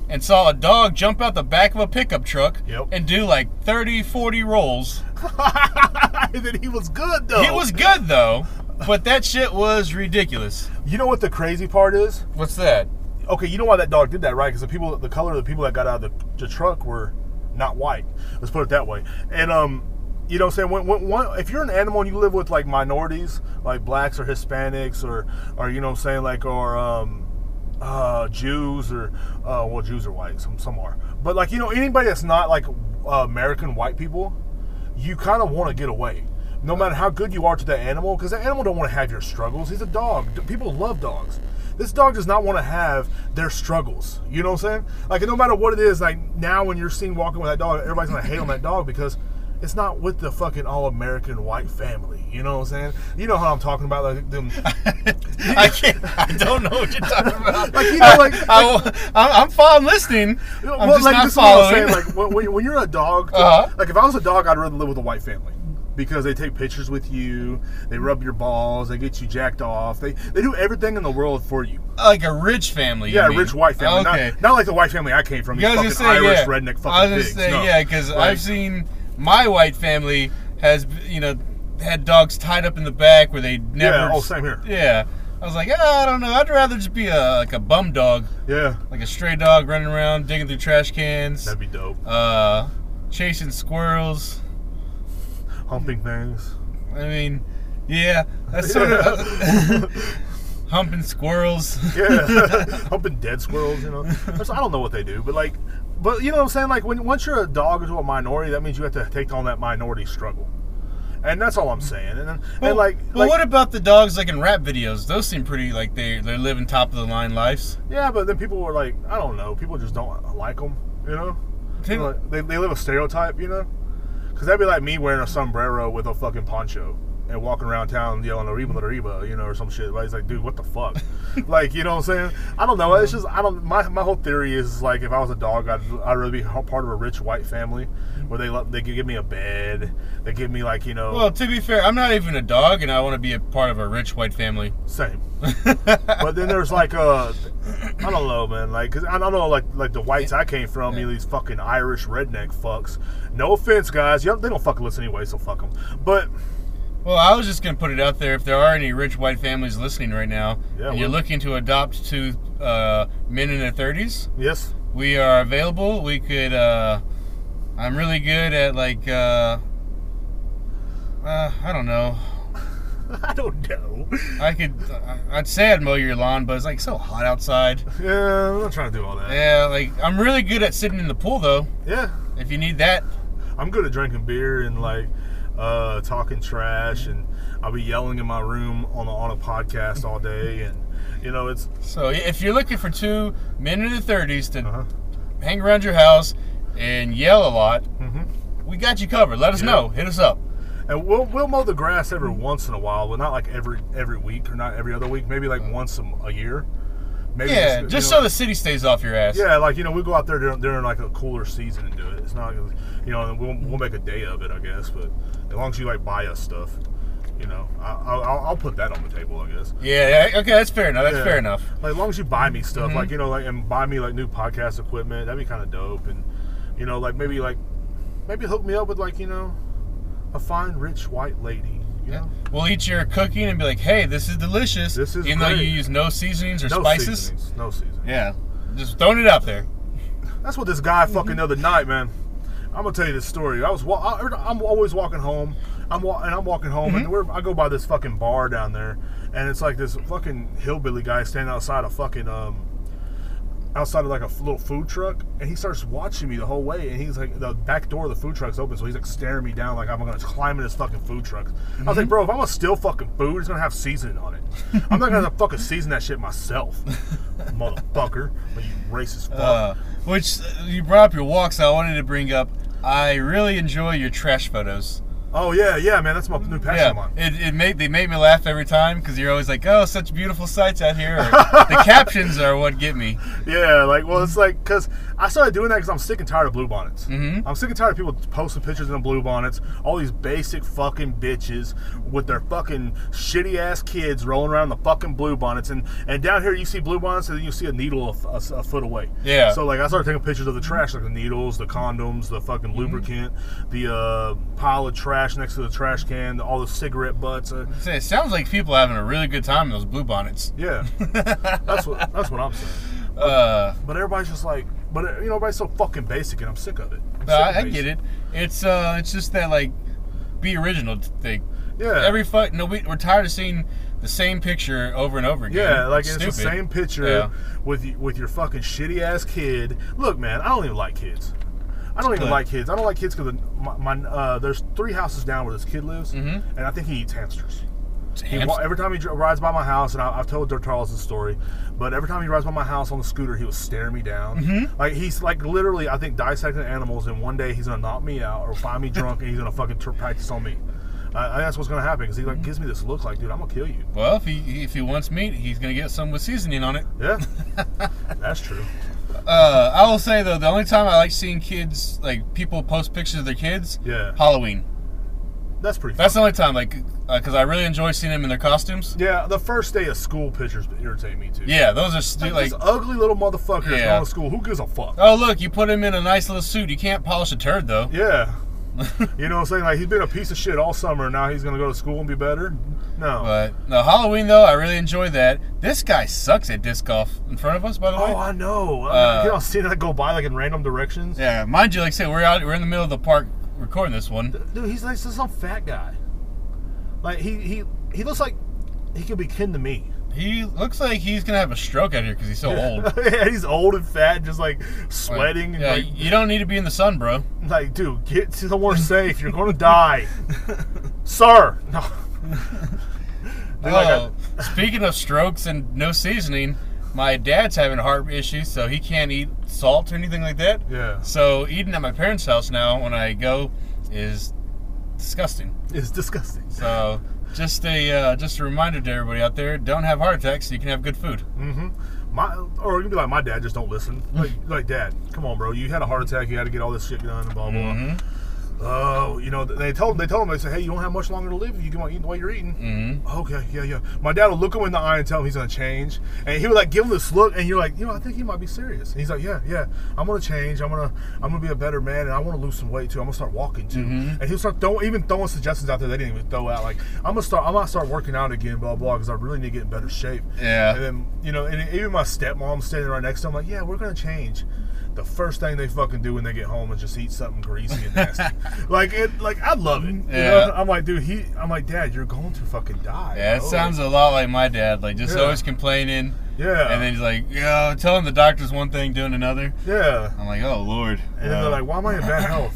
[SPEAKER 2] and saw a dog jump out the back of a pickup truck
[SPEAKER 1] Mm-hmm. Yep.
[SPEAKER 2] and do like 30, 40 rolls.
[SPEAKER 1] and then he was good though.
[SPEAKER 2] He was good though, but that shit was ridiculous.
[SPEAKER 1] You know what the crazy part is?
[SPEAKER 2] What's that?
[SPEAKER 1] okay, you know why that dog did that, right? Because the people, the color of the people that got out of the, the truck were not white. Let's put it that way. And um, you know, what I'm saying when, when one, if you're an animal and you live with like minorities, like blacks or Hispanics or or you know, what I'm saying like or um, uh, Jews or uh, well, Jews are white, some some are, but like you know, anybody that's not like uh, American white people, you kind of want to get away. No matter how good you are to that animal, because that animal don't want to have your struggles. He's a dog. D- People love dogs. This dog does not want to have their struggles. You know what I'm saying? Like no matter what it is, like now when you're seen walking with that dog, everybody's gonna hate on that dog because it's not with the fucking all-American white family. You know what I'm saying? You know how I'm talking about, like them.
[SPEAKER 2] I can't. I don't know what you're talking about.
[SPEAKER 1] Like, you know, like-
[SPEAKER 2] I, am following, listening.
[SPEAKER 1] Well,
[SPEAKER 2] I'm just
[SPEAKER 1] like,
[SPEAKER 2] not
[SPEAKER 1] this is what I'm
[SPEAKER 2] following.
[SPEAKER 1] saying, Like when- when, when you're a dog,
[SPEAKER 2] Uh-huh.
[SPEAKER 1] like if I was a dog, I'd rather live with a white family because they take pictures with you, they rub your balls, they get you jacked off, they they do everything in the world for you.
[SPEAKER 2] like a rich family. you
[SPEAKER 1] Yeah, a
[SPEAKER 2] mean.
[SPEAKER 1] rich white family,
[SPEAKER 2] Okay.
[SPEAKER 1] not, not like the white family I came from. These
[SPEAKER 2] You guys
[SPEAKER 1] fucking
[SPEAKER 2] just say
[SPEAKER 1] Irish
[SPEAKER 2] yeah.
[SPEAKER 1] redneck fucking
[SPEAKER 2] I was just
[SPEAKER 1] pigs.
[SPEAKER 2] saying
[SPEAKER 1] No.
[SPEAKER 2] yeah, because
[SPEAKER 1] Like,
[SPEAKER 2] I've seen my white family has you know had dogs tied up in the back where they never.
[SPEAKER 1] oh, same here.
[SPEAKER 2] Yeah, I was like, "Ah, I don't know. I'd rather just be a like a bum dog,
[SPEAKER 1] yeah,
[SPEAKER 2] like a stray dog running around digging through trash cans,
[SPEAKER 1] that'd be dope.
[SPEAKER 2] uh, chasing squirrels.
[SPEAKER 1] Humping things.
[SPEAKER 2] I mean, yeah, that's sort of uh, humping squirrels.
[SPEAKER 1] Yeah, humping dead squirrels. You know, There's- I don't know what they do, but like, but you know what I'm saying. Like when once you're a dog to a minority, that means you have to take on that minority struggle, and that's all I'm saying. And, then,
[SPEAKER 2] But-
[SPEAKER 1] and like,
[SPEAKER 2] but
[SPEAKER 1] like-
[SPEAKER 2] what about the dogs like in rap videos? Those seem pretty like they they're living top of the line lives.
[SPEAKER 1] yeah, but then people were like, I don't know, people just don't like them. You know,
[SPEAKER 2] Didn't-
[SPEAKER 1] Like, they they live a stereotype. You know, because that'd be like me wearing a sombrero with a fucking poncho. And walking around town yelling "Arriba, Arriba," you know, or some shit. Like, it's like, dude, what the fuck? like, you know what I'm saying? I don't know. It's just I don't. My, my whole theory is like, if I was a dog, I'd I'd rather be h- part of a rich white family where they let, they could give me a bed, they give me like you know
[SPEAKER 2] Well, to be fair, I'm not even a dog, and I want to be a part of a rich white family.
[SPEAKER 1] Same. but then there's like uh, I don't know, man. Like, 'cause I don't know, like like the whites I came from, you know, these fucking Irish redneck fucks. No offense, guys. Yep, they don't fucking listen anyway, so fuck them. But
[SPEAKER 2] Well, I was just gonna put it out there. If there are any rich white families listening right now,
[SPEAKER 1] Yeah,
[SPEAKER 2] and you're
[SPEAKER 1] well-
[SPEAKER 2] looking to adopt two uh, men in their 30s,
[SPEAKER 1] yes,
[SPEAKER 2] we are available. We could. Uh, I'm really good at like. Uh, uh, I don't know.
[SPEAKER 1] I don't know.
[SPEAKER 2] I could. I- I'd say I'd mow your lawn, but it's like so hot outside.
[SPEAKER 1] Yeah, I'm not trying to do all that.
[SPEAKER 2] Yeah, like I'm really good at sitting in the pool though.
[SPEAKER 1] Yeah,
[SPEAKER 2] If you need that,
[SPEAKER 1] I'm good at drinking beer and like uh talking trash, and I'll be yelling in my room on a, on a podcast all day, and you know it's
[SPEAKER 2] so if you're looking for two men in their 30s to
[SPEAKER 1] uh-huh.
[SPEAKER 2] hang around your house and yell a lot, we got you covered. Let us
[SPEAKER 1] Mm-hmm. Yeah.
[SPEAKER 2] know. Hit us up.
[SPEAKER 1] And we'll, we'll mow the grass every once in a while, but not like every every week or not every other week. Maybe like once a, m- a year. Maybe
[SPEAKER 2] Yeah,
[SPEAKER 1] you
[SPEAKER 2] just
[SPEAKER 1] know,
[SPEAKER 2] so the city stays off your ass.
[SPEAKER 1] Yeah, like you know, we go out there during, during like a cooler season and do it. It's not, you know, and we'll, we'll make a day of it, I guess. But as long as you like buy us stuff, you know, I, I, I'll, I'll put that on the table, I guess.
[SPEAKER 2] Yeah, yeah, okay, that's fair enough. That's
[SPEAKER 1] Yeah.
[SPEAKER 2] fair enough.
[SPEAKER 1] Like as long as you buy me stuff,
[SPEAKER 2] Mm-hmm.
[SPEAKER 1] like you know, like and buy me like new podcast equipment, that'd be kind of dope. And you know, like maybe like maybe hook me up with like you know a fine rich white lady, you know.
[SPEAKER 2] We'll eat your cooking and be like, hey, this is delicious.
[SPEAKER 1] This is
[SPEAKER 2] Even though
[SPEAKER 1] great.
[SPEAKER 2] you use no seasonings or
[SPEAKER 1] No
[SPEAKER 2] spices.
[SPEAKER 1] seasonings. No season.
[SPEAKER 2] Yeah. Just throwing it out there.
[SPEAKER 1] That's what this guy fucking the other night, man. I'm gonna tell you this story. I was wa- I, er, I'm always walking home. I'm wa- and I'm walking home, and we're, I go by this fucking bar down there, and it's like this fucking hillbilly guy standing outside a fucking um outside of like a f- little food truck, and he starts watching me the whole way. And he's like, the back door of the food truck's open, so he's like staring me down, like I'm gonna climb in this fucking food truck. I was like, bro, if I'm gonna steal fucking food, it's gonna have seasoning on it. I'm not gonna fucking season that shit myself, motherfucker. But you racist fuck.
[SPEAKER 2] Uh, which uh, you brought up your walks. I wanted to bring up. I really enjoy your trash photos.
[SPEAKER 1] oh yeah, yeah, man, that's my new passion of
[SPEAKER 2] Yeah,
[SPEAKER 1] mine.
[SPEAKER 2] it, it made they make me laugh every time because you're always like, "Oh, such beautiful sights out here." Or, the captions are what get me.
[SPEAKER 1] Yeah, like well, it's like because I started doing that because I'm sick and tired of blue bonnets. Mm-hmm. I'm sick and tired of people posting pictures in blue bonnets. All these basic fucking bitches with their fucking shitty ass kids rolling around in the fucking blue bonnets, and and down here you see blue bonnets and then you see a needle a, f- a s- a foot away.
[SPEAKER 2] Yeah.
[SPEAKER 1] So like I started taking pictures of the trash, like the needles, the condoms, the
[SPEAKER 2] Mm-hmm.
[SPEAKER 1] fucking lubricant, the uh, pile of trash next to the trash can, all the cigarette butts. Uh,
[SPEAKER 2] So it sounds like people are having a really good time in those blue bonnets.
[SPEAKER 1] yeah, that's what that's what I'm saying.
[SPEAKER 2] Uh,
[SPEAKER 1] But everybody's just like, but uh, you know, everybody's so fucking basic, and I'm sick of it. I'm
[SPEAKER 2] but
[SPEAKER 1] sick
[SPEAKER 2] I, I
[SPEAKER 1] of
[SPEAKER 2] get
[SPEAKER 1] basic.
[SPEAKER 2] it. It's uh, it's just that like, be original thing.
[SPEAKER 1] Yeah.
[SPEAKER 2] Every fuck, no, we, we're tired of seeing the same picture over and over again.
[SPEAKER 1] yeah, like it's, the
[SPEAKER 2] Stupid.
[SPEAKER 1] same picture
[SPEAKER 2] Yeah.
[SPEAKER 1] with y- with your fucking shitty ass kid. Look, man, I don't even like kids. I don't even
[SPEAKER 2] But-
[SPEAKER 1] like kids. I don't like kids because my, my uh, there's three houses down where this kid lives,
[SPEAKER 2] Mm-hmm.
[SPEAKER 1] and I think he eats hamsters. He
[SPEAKER 2] Hamster-
[SPEAKER 1] wa- every time he dri- rides by my house, and I, I've told Dirt Charles this story, but every time he rides by my house on the scooter, he was staring me down.
[SPEAKER 2] Mm-hmm.
[SPEAKER 1] Like he's like literally, I think dissecting animals, and one day he's gonna knock me out or find me drunk, and he's gonna fucking tur- practice on me. I, I, that's what's gonna happen because he
[SPEAKER 2] Mm-hmm.
[SPEAKER 1] like gives me this look like, dude, I'm gonna kill you.
[SPEAKER 2] Well, if he if he wants meat, he's gonna get some with seasoning on it.
[SPEAKER 1] Yeah, that's true.
[SPEAKER 2] Uh, I will say though, the only time I like seeing kids, like people post pictures of their kids,
[SPEAKER 1] Yeah.
[SPEAKER 2] Halloween.
[SPEAKER 1] That's pretty.
[SPEAKER 2] That's the only time, like, because I really enjoy seeing them in their costumes.
[SPEAKER 1] yeah, the first day of school pictures irritate me too.
[SPEAKER 2] Yeah, those are stu-
[SPEAKER 1] Like,
[SPEAKER 2] like,
[SPEAKER 1] this ugly little motherfucker is
[SPEAKER 2] Yeah.
[SPEAKER 1] going to school. Who gives a fuck?
[SPEAKER 2] oh look, you put him in a nice little suit. You can't polish a turd though.
[SPEAKER 1] Yeah. you know what I'm saying? Like he's been a piece of shit all summer. Now he's gonna go to school and be better. No.
[SPEAKER 2] But no, Halloween though, I really enjoy that. This guy sucks at disc golf in front of us, by the way.
[SPEAKER 1] Oh, I know.
[SPEAKER 2] Uh,
[SPEAKER 1] you know, see that go by like in random directions.
[SPEAKER 2] yeah, mind you, like I said, we're out, we're in the middle of the park recording this one.
[SPEAKER 1] Dude, he's like some fat guy. Like he he he looks like he could be kin to me.
[SPEAKER 2] He looks like he's gonna have a stroke out here because he's so old.
[SPEAKER 1] yeah, he's old and fat, and just like
[SPEAKER 2] Like,
[SPEAKER 1] sweating.
[SPEAKER 2] yeah,
[SPEAKER 1] and
[SPEAKER 2] you don't need to be in the sun, bro.
[SPEAKER 1] like, like, dude, get somewhere safe. You're gonna die, sir. No. Dude, like, I-
[SPEAKER 2] Oh, speaking of strokes and no seasoning, my dad's having heart issues, so he can't eat salt or anything like that.
[SPEAKER 1] Yeah.
[SPEAKER 2] So eating at my parents' house now when I go is disgusting.
[SPEAKER 1] it's disgusting.
[SPEAKER 2] So just a uh, just a reminder to everybody out there: don't have heart attacks. So you can have good food.
[SPEAKER 1] Mm-hmm. My or you can be like my dad, just don't listen. Like, like dad, come on, bro, you had a heart attack, you had to get all this shit done, and blah blah. Oh, you know, they told him, they told him, they said, hey, you don't have much longer to live. You can eat the way you're eating. Mm-hmm. Okay, yeah, yeah. My dad will look him in the eye and tell him he's gonna change, and he would like give him this look, and you're like, you know, I think he might be serious. And he's like, yeah, yeah, I'm gonna change. I'm gonna, I'm gonna be a better man, and I want to lose some weight too. I'm gonna start walking too. And he'll start throwing, even throwing suggestions out there they didn't even throw out. Like, I'm gonna start, I'm gonna start working out again, blah blah, because I really need to get in better shape.
[SPEAKER 2] Yeah.
[SPEAKER 1] And then you know, and even my stepmom standing right next to him, like, yeah, we're gonna change. The first thing they fucking do when they get home is just eat something greasy and nasty. like it, like I love it. You
[SPEAKER 2] Yeah.
[SPEAKER 1] know, I'm like, dude, he. I'm like, dad, you're going to fucking die. Oh,
[SPEAKER 2] Yeah, it
[SPEAKER 1] bro."
[SPEAKER 2] sounds a lot like my dad. Like just
[SPEAKER 1] Yeah.
[SPEAKER 2] always complaining.
[SPEAKER 1] Yeah.
[SPEAKER 2] And then he's like, "Yo, telling the doctor's one thing, doing another."
[SPEAKER 1] Yeah.
[SPEAKER 2] I'm like, "Oh Lord."
[SPEAKER 1] And then they're like, why am I in bad health?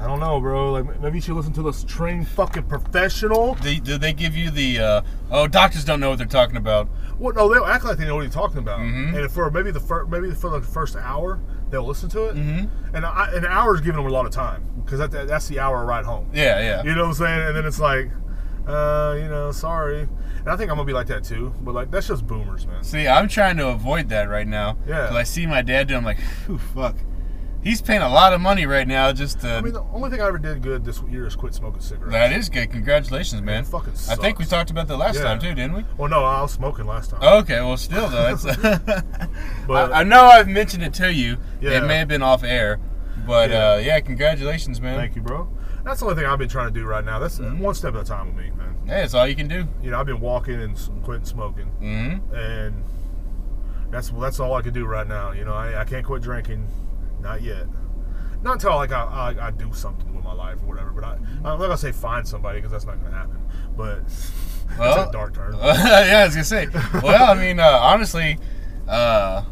[SPEAKER 1] I don't know, bro. Like maybe you should listen to this trained fucking professional.
[SPEAKER 2] They, do they give you the uh, oh doctors don't know what they're talking about?
[SPEAKER 1] Well, no, they'll act like they know what you're talking about,
[SPEAKER 2] Mm-hmm.
[SPEAKER 1] and for maybe the first, maybe for the first hour, they'll listen to it, mm-hmm. and I, an hour is giving them a lot of time because that, that, that's the hour ride home.
[SPEAKER 2] Yeah, yeah.
[SPEAKER 1] You know what I'm saying? And then it's like, uh, you know, sorry. And I think I'm gonna be like that too, but like that's just boomers, man.
[SPEAKER 2] See, I'm trying to avoid that right now.
[SPEAKER 1] Yeah.
[SPEAKER 2] 'Cause I see my dad doing. I'm like, "Phew, fuck. He's paying a lot of money right now just to.
[SPEAKER 1] I mean, the only thing I ever did good this year is quit smoking cigarettes.
[SPEAKER 2] that is good. Congratulations, man.
[SPEAKER 1] It fucking
[SPEAKER 2] I think we
[SPEAKER 1] sucks.
[SPEAKER 2] talked about that last
[SPEAKER 1] Yeah.
[SPEAKER 2] time too, didn't we?
[SPEAKER 1] Well, no, I was smoking last time.
[SPEAKER 2] Okay. Well, still though, that's.
[SPEAKER 1] But-
[SPEAKER 2] Oh, I, I know I've mentioned it to you.
[SPEAKER 1] Yeah.
[SPEAKER 2] It may have been off air, but
[SPEAKER 1] Yeah.
[SPEAKER 2] yeah, uh, yeah congratulations, man.
[SPEAKER 1] Thank you, bro. That's the only thing I've been trying to do right now. That's
[SPEAKER 2] Mm-hmm.
[SPEAKER 1] one step at a time with me, man.
[SPEAKER 2] Hey, that's all you can do.
[SPEAKER 1] You know, I've been walking and s- quitting smoking.
[SPEAKER 2] hmm
[SPEAKER 1] and that's that's all I can do right now. You know, I, I can't quit drinking, not yet. Not until like I, I, I do something with my life or whatever. But I, I'm not gonna say find somebody because that's not gonna happen. But that's
[SPEAKER 2] Well- uh,
[SPEAKER 1] a dark turn.
[SPEAKER 2] yeah, I was gonna say. Well, I mean, uh, honestly, uh,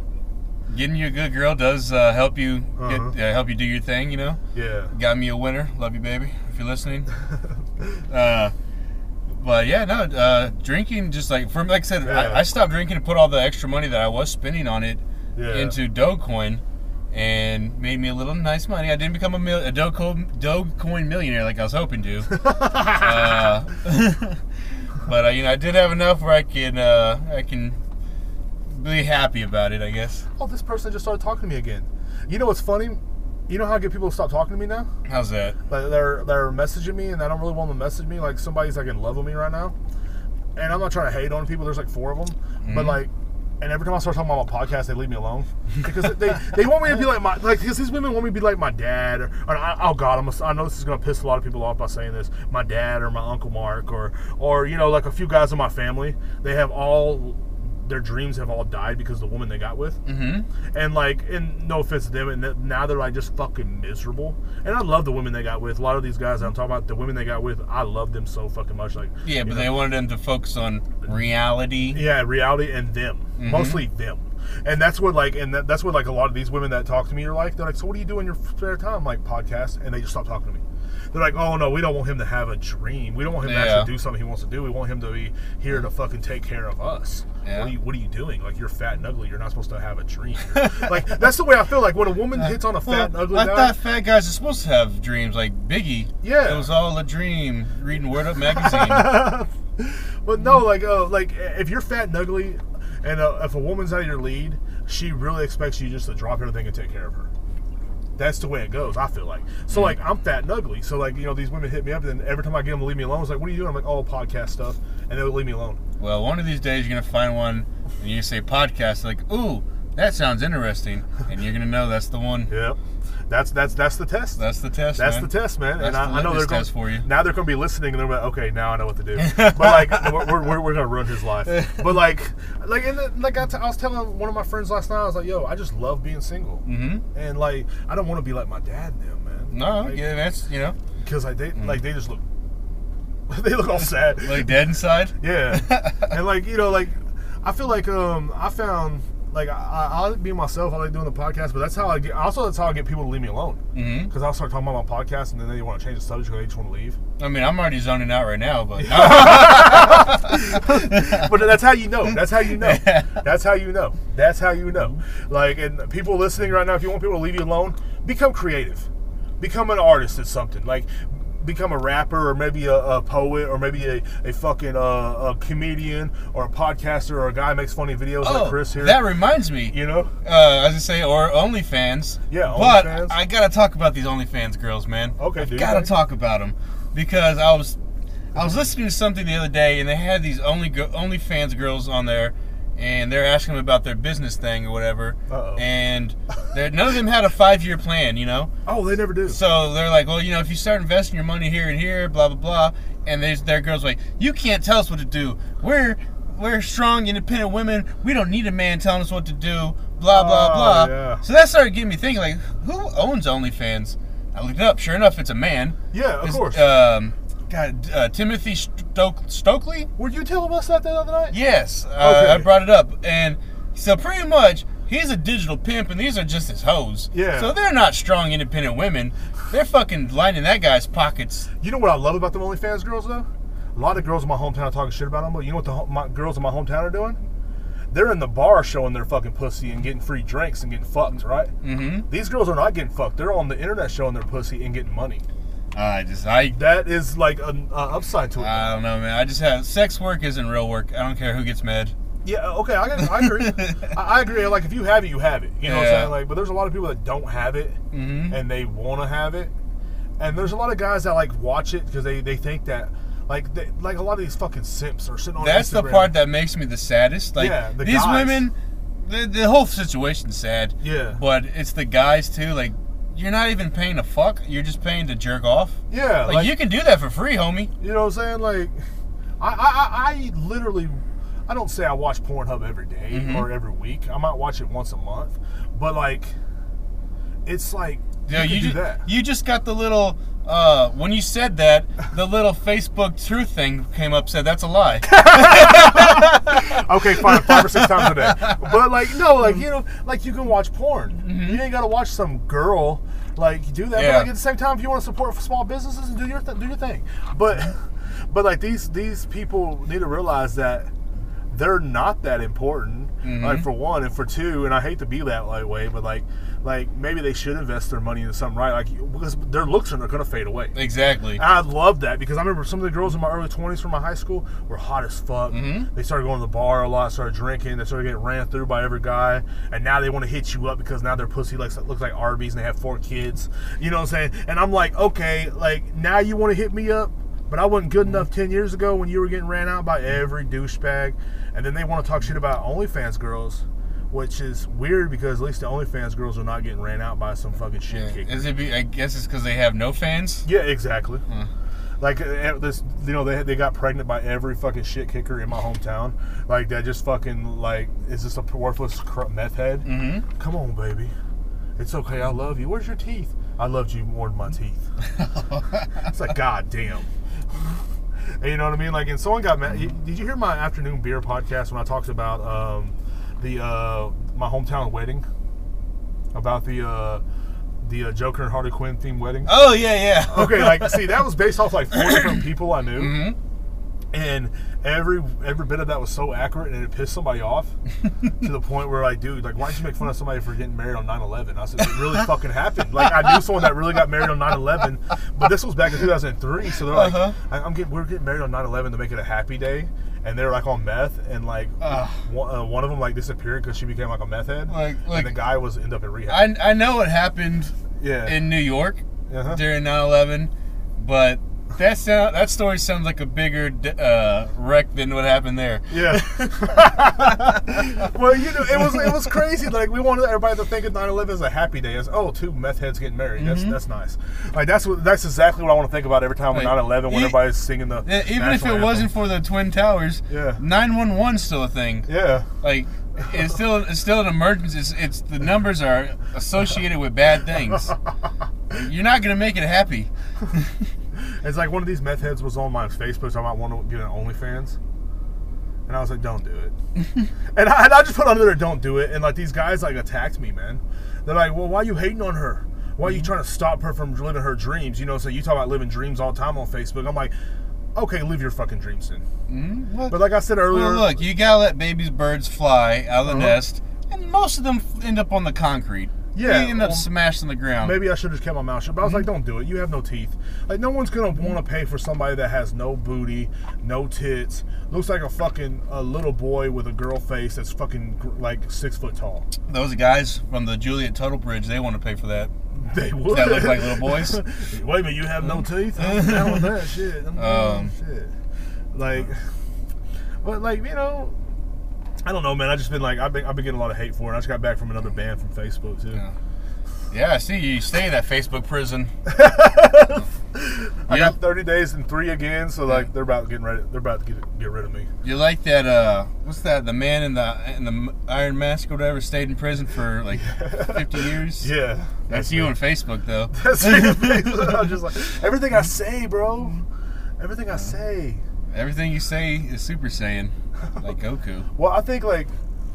[SPEAKER 2] getting you a good girl does uh, help you
[SPEAKER 1] Uh-huh.
[SPEAKER 2] get, uh, help you do your thing. You know,
[SPEAKER 1] Yeah.
[SPEAKER 2] got me a winner. Love you, baby. If you're listening. uh, but yeah, no, uh, drinking just like from like I said,
[SPEAKER 1] Yeah.
[SPEAKER 2] I, I stopped drinking and put all the extra money that I was spending on it
[SPEAKER 1] Yeah.
[SPEAKER 2] into Dogecoin, and made me a little nice money. I didn't become a, mil- a Dogecoin, Dogecoin millionaire like I was hoping to,
[SPEAKER 1] Oh,
[SPEAKER 2] uh, but uh, you know I did have enough where I can uh, I can be happy about it. I guess.
[SPEAKER 1] oh, this person just started talking to me again. You know what's funny? You know how I get people to stop talking to me now?
[SPEAKER 2] How's that?
[SPEAKER 1] Like they're they're messaging me, and I don't really want them to message me. Like somebody's like in love with me right now, and I'm not trying to hate on people. There's like four of them, but like, and every time I start talking about my podcast, they leave me alone because they they want me to be like my like because these women want me to be like my dad or, or I, oh god I'm a, I know this is gonna piss a lot of people off by saying this my dad or my uncle Mark or or you know like a few guys in my family they have all. Their dreams have all died because of the woman they got with
[SPEAKER 2] Mm-hmm.
[SPEAKER 1] and like and no offense to them and th- now they're like just fucking miserable and i love the women they got with a lot of these guys that i'm talking about the women they got with i love them so fucking much like
[SPEAKER 2] Yeah, but
[SPEAKER 1] you
[SPEAKER 2] they
[SPEAKER 1] know,
[SPEAKER 2] wanted them to focus on reality. Mm-hmm.
[SPEAKER 1] yeah reality and them mostly them and that's what like and that, that's what like a lot of these women that talk to me are like they're like so what do you do in your spare time I'm like podcast and they just stop talking to me they're like, oh no, we don't want him to have a dream. We don't want him to
[SPEAKER 2] Yeah.
[SPEAKER 1] actually do something he wants to do. We want him to be here to fucking take care of us.
[SPEAKER 2] Yeah.
[SPEAKER 1] What, are you, what are you doing? Like you're fat and ugly. You're not supposed to have a dream. You're- like that's the way I feel. Like when a woman hits on a fat and
[SPEAKER 2] Well,
[SPEAKER 1] ugly
[SPEAKER 2] I
[SPEAKER 1] guy,
[SPEAKER 2] thought fat guys are supposed to have dreams, like Biggie.
[SPEAKER 1] Yeah.
[SPEAKER 2] it was all a dream. Reading Word Up magazine.
[SPEAKER 1] but no, like, uh, like if you're fat and ugly, and uh, if a woman's out of your lead, she really expects you just to drop everything and take care of her. That's the way it goes. I feel like so.
[SPEAKER 2] Mm.
[SPEAKER 1] Like I'm fat and ugly, so like you know these women hit me up, and every time I get them to leave me alone, it's like, what are you doing? I'm like, oh, podcast stuff, and they'll leave me alone.
[SPEAKER 2] well, one of these days you're gonna find one, and you say podcast, like, ooh, that sounds interesting, and you're gonna know that's the one.
[SPEAKER 1] Yeah, that's that's that's the test.
[SPEAKER 2] That's the test.
[SPEAKER 1] That's
[SPEAKER 2] man.
[SPEAKER 1] the test, man. and
[SPEAKER 2] That's
[SPEAKER 1] I,
[SPEAKER 2] the
[SPEAKER 1] I know they're
[SPEAKER 2] litmus
[SPEAKER 1] going
[SPEAKER 2] test for you.
[SPEAKER 1] Now they're going to be listening, and they're like, okay, now I know what to do. but like, we're, we're, we're, we're going to ruin his life. But like, like, and the, like I, t- I was telling one of my friends last night, I was like, yo, I just love being single, mm-hmm. and like, I don't want to be like my dad now, man.
[SPEAKER 2] No, yeah, that's you know,
[SPEAKER 1] because like they like they just look, they look all sad.
[SPEAKER 2] like dead inside.
[SPEAKER 1] Yeah, and like you know, like I feel like um I found like I, I I like being myself. I like doing the podcast, but that's how I get. Also, that's how I get people to leave me alone.
[SPEAKER 2] Mhm.
[SPEAKER 1] Because I'll start talking about my podcast, and then they want to change the subject, or they just want to leave.
[SPEAKER 2] I mean, I'm already zoning out right now, but
[SPEAKER 1] but that's how you know. That's how you know. That's how you know. That's how you know. Like, and people listening right now, if you want people to leave you alone, become creative. Become an artist at something. Like, become a rapper or maybe a, a poet or maybe a, a fucking uh, a comedian or a podcaster or a guy who makes funny videos like
[SPEAKER 2] oh,
[SPEAKER 1] Chris here.
[SPEAKER 2] that reminds me.
[SPEAKER 1] you know?
[SPEAKER 2] uh, as I say, or OnlyFans.
[SPEAKER 1] Yeah,
[SPEAKER 2] but
[SPEAKER 1] OnlyFans.
[SPEAKER 2] I gotta talk about these OnlyFans girls, man.
[SPEAKER 1] Okay,
[SPEAKER 2] I
[SPEAKER 1] do you
[SPEAKER 2] gotta
[SPEAKER 1] think?
[SPEAKER 2] talk about them because I was I was listening to something the other day, and they had these only go- OnlyFans girls on there, and they're asking them about their business thing or whatever,
[SPEAKER 1] Uh-oh.
[SPEAKER 2] and they're- none of them had a five year plan, you know.
[SPEAKER 1] Oh, they never do.
[SPEAKER 2] So they're like, well, you know, if you start investing your money here and here, blah blah blah, and there's their girls like, you can't tell us what to do. We're we're strong, independent women. We don't need a man telling us what to do. Blah blah
[SPEAKER 1] Oh,
[SPEAKER 2] blah.
[SPEAKER 1] yeah.
[SPEAKER 2] So that started getting me thinking, like, who owns OnlyFans? I looked it up. Sure enough, it's a man.
[SPEAKER 1] yeah, of
[SPEAKER 2] It's,
[SPEAKER 1] course.
[SPEAKER 2] Um, God, uh, Timothy Stoke- Stokely.
[SPEAKER 1] Were you telling us that the other night?
[SPEAKER 2] Yes, uh,
[SPEAKER 1] Okay.
[SPEAKER 2] I brought it up, and so pretty much he's a digital pimp, and these are just his hoes.
[SPEAKER 1] Yeah.
[SPEAKER 2] So they're not strong, independent women. They're fucking lining that guy's pockets.
[SPEAKER 1] You know what I love about the OnlyFans girls though? A lot of girls in my hometown are talking shit about them, but you know what the ho- my, girls in my hometown are doing? They're in the bar showing their fucking pussy and getting free drinks and getting fucked, right? Mm-hmm. These girls are not getting fucked. They're on the internet showing their pussy and getting money.
[SPEAKER 2] I just, I,
[SPEAKER 1] That is like an uh, upside to it.
[SPEAKER 2] I don't know, man. I just have sex work isn't real work. I don't care who gets mad.
[SPEAKER 1] yeah, uh, okay, I, I agree. I, I agree. Like if you have it, you have it. You know what I'm
[SPEAKER 2] Yeah.
[SPEAKER 1] saying? Like, but there's a lot of people that don't have it
[SPEAKER 2] Mhm.
[SPEAKER 1] and they want to have it, and there's a lot of guys that like watch it because they they think that. Like, they, like a lot of these fucking simps are sitting on.
[SPEAKER 2] That's the
[SPEAKER 1] Instagram.
[SPEAKER 2] part that makes me the saddest. Like
[SPEAKER 1] Yeah, the
[SPEAKER 2] these
[SPEAKER 1] guys.
[SPEAKER 2] women, the, the whole situation's sad.
[SPEAKER 1] Yeah.
[SPEAKER 2] But it's the guys too. Like you're not even paying a fuck. You're just paying to jerk off.
[SPEAKER 1] Yeah,
[SPEAKER 2] Like, you can do that for free, homie.
[SPEAKER 1] You know what I'm saying? Like, I, I, I- I literally, I don't say I watch Pornhub every day
[SPEAKER 2] Mm-hmm.
[SPEAKER 1] or every week. I might watch it once a month, but like, it's like
[SPEAKER 2] Yeah,
[SPEAKER 1] You
[SPEAKER 2] you,
[SPEAKER 1] could do
[SPEAKER 2] just
[SPEAKER 1] that.
[SPEAKER 2] you just got the little uh, when you said that the little Facebook truth thing came up said that's a lie.
[SPEAKER 1] Okay, fine, five or six times a day. But like, no, like you know, like you can watch porn. You ain't gotta watch some girl like do that.
[SPEAKER 2] Yeah.
[SPEAKER 1] But like at the same time, if you want to support small businesses and do your th- do your thing, but but like these these people need to realize that they're not that important. Like for one, and for two, and I hate to be that like way, but like like maybe they should invest their money into something right, like because their looks are not gonna fade away.
[SPEAKER 2] exactly.
[SPEAKER 1] And I love that because I remember some of the girls in my early 20s from my high school were hot as fuck.
[SPEAKER 2] Mm-hmm.
[SPEAKER 1] They started going to the bar a lot, started drinking, they started getting ran through by every guy, and now they want to hit you up because now their pussy looks, looks like Arby's and they have four kids. You know what I'm saying? And I'm like, okay, like now you want to hit me up, but I wasn't good enough 10 years ago when you were getting ran out by every douchebag. And then they want to talk shit about OnlyFans girls. Which is weird because at least the OnlyFans girls are not getting ran out by some fucking shit
[SPEAKER 2] Yeah.
[SPEAKER 1] kicker.
[SPEAKER 2] Is it be, I guess it's because they have no fans.
[SPEAKER 1] Yeah, exactly. Like uh, this, you know, they, they got pregnant by every fucking shit kicker in my hometown. Like that, just fucking like, is this a worthless cr- meth head? Mm-hmm. Come on, baby, it's okay. I love you. Where's your teeth? I loved you more than my teeth. it's like goddamn. And you know what I mean? Like, and someone got mad. Did you hear my afternoon beer podcast when I talked about um, the uh, my hometown wedding? About the uh, the uh, Joker and Harley Quinn themed wedding
[SPEAKER 2] Oh yeah, yeah.
[SPEAKER 1] okay, like see, that was based off like four different people I knew,
[SPEAKER 2] Mm-hmm.
[SPEAKER 1] and every every bit of that was so accurate, and it pissed somebody off to the point where like, dude, like, why did you make fun of somebody for getting married on 9/11? I said, it really fucking happened. Like, I knew someone that really got married on 9/11, but this was back in 2003, so they're like,
[SPEAKER 2] Uh-huh.
[SPEAKER 1] I- I'm getting we're getting married on 9/11 to make it a happy day. And they were like on meth, and like
[SPEAKER 2] Ugh.
[SPEAKER 1] one, uh, one of them like disappeared because she became like a meth head.
[SPEAKER 2] Like- like-
[SPEAKER 1] and the guy was end up in rehab.
[SPEAKER 2] I I know it happened
[SPEAKER 1] yeah,
[SPEAKER 2] in New York
[SPEAKER 1] Uh-huh.
[SPEAKER 2] during 9/11, but that sound that story sounds like a bigger d- uh, wreck than what happened there.
[SPEAKER 1] Yeah. well, you know, it was it was crazy. Like we wanted everybody to think of 9/11 as a happy day. As oh, two meth heads getting married. That's
[SPEAKER 2] Mm-hmm.
[SPEAKER 1] that's nice. Like that's what that's exactly what I want to think about every time on
[SPEAKER 2] Like,
[SPEAKER 1] 9/11 when
[SPEAKER 2] e-
[SPEAKER 1] everybody's singing the
[SPEAKER 2] Yeah, Even if it
[SPEAKER 1] national anthem.
[SPEAKER 2] wasn't for the twin towers,
[SPEAKER 1] Yeah.
[SPEAKER 2] 911's still a thing.
[SPEAKER 1] Yeah.
[SPEAKER 2] Like it's still it's still an emergency. It's, it's the numbers are associated with bad things. You're not gonna make it happy.
[SPEAKER 1] It's like one of these meth heads was on my Facebook. So I might want to get an OnlyFans, and I was like, "Don't do it." and, I, and I just put under there, "Don't do it." And like these guys like attacked me, man. They're like, "Well, why you hating on her? Why
[SPEAKER 2] Mm-hmm.
[SPEAKER 1] you trying to stop her from living her dreams?" You know, so you talk about living dreams all the time on Facebook. I'm like, "Okay, live your fucking dreams then."
[SPEAKER 2] Well,
[SPEAKER 1] But like I Uh-huh. said earlier,
[SPEAKER 2] well, look, you gotta let babies birds fly out of the nest, and most of them f- end up on the concrete.
[SPEAKER 1] Yeah,
[SPEAKER 2] they end up
[SPEAKER 1] well,
[SPEAKER 2] smashed on the ground.
[SPEAKER 1] maybe I should have just kept my mouth shut. But I was like, "Don't do it. You have no teeth. Like no one's gonna want to pay for somebody that has no booty, no tits, looks like a fucking a little boy with a girl face that's fucking gr- like six foot tall."
[SPEAKER 2] Those guys from the Juliet Tuttle Bridge, they want to pay for that.
[SPEAKER 1] They would.
[SPEAKER 2] That look like little boys.
[SPEAKER 1] Wait a minute, you have no teeth? I'm down with that shit. I'm down
[SPEAKER 2] Um,
[SPEAKER 1] with that shit. Like, but like you know, I don't know, man. I just been like, I've been, I've been getting a lot of hate for it. I just got back from another ban from Facebook too.
[SPEAKER 2] Yeah. Yeah, I see you stay in that Facebook prison.
[SPEAKER 1] I
[SPEAKER 2] Yeah.
[SPEAKER 1] got 30 days and three again, so like they're about getting ready. They're about to get get rid of me.
[SPEAKER 2] You like that? uh What's that? The man in the in the iron mask or whatever stayed in prison for like fifty years.
[SPEAKER 1] Yeah,
[SPEAKER 2] that's you on Facebook though.
[SPEAKER 1] That's I'm just like everything I say, bro. Everything I say.
[SPEAKER 2] Everything you say is Super Saiyan, like Goku.
[SPEAKER 1] Well, I think like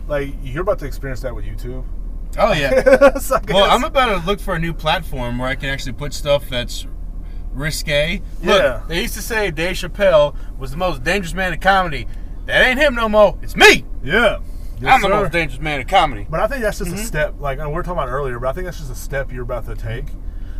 [SPEAKER 1] like you're about to experience that with YouTube.
[SPEAKER 2] Oh yeah.
[SPEAKER 1] So I
[SPEAKER 2] Well,
[SPEAKER 1] guess-
[SPEAKER 2] I'm about to look for a new platform where I can actually put stuff that's risque. Look,
[SPEAKER 1] Yeah.
[SPEAKER 2] they used to say Dave Chappelle was the most dangerous man in comedy. That ain't him no more. It's me.
[SPEAKER 1] yeah. Yes,
[SPEAKER 2] I'm the
[SPEAKER 1] sir.
[SPEAKER 2] most Mm-hmm. dangerous man in comedy.
[SPEAKER 1] But I think that's just a step. Like and we were talking about earlier, but I think that's just a step you're about to take.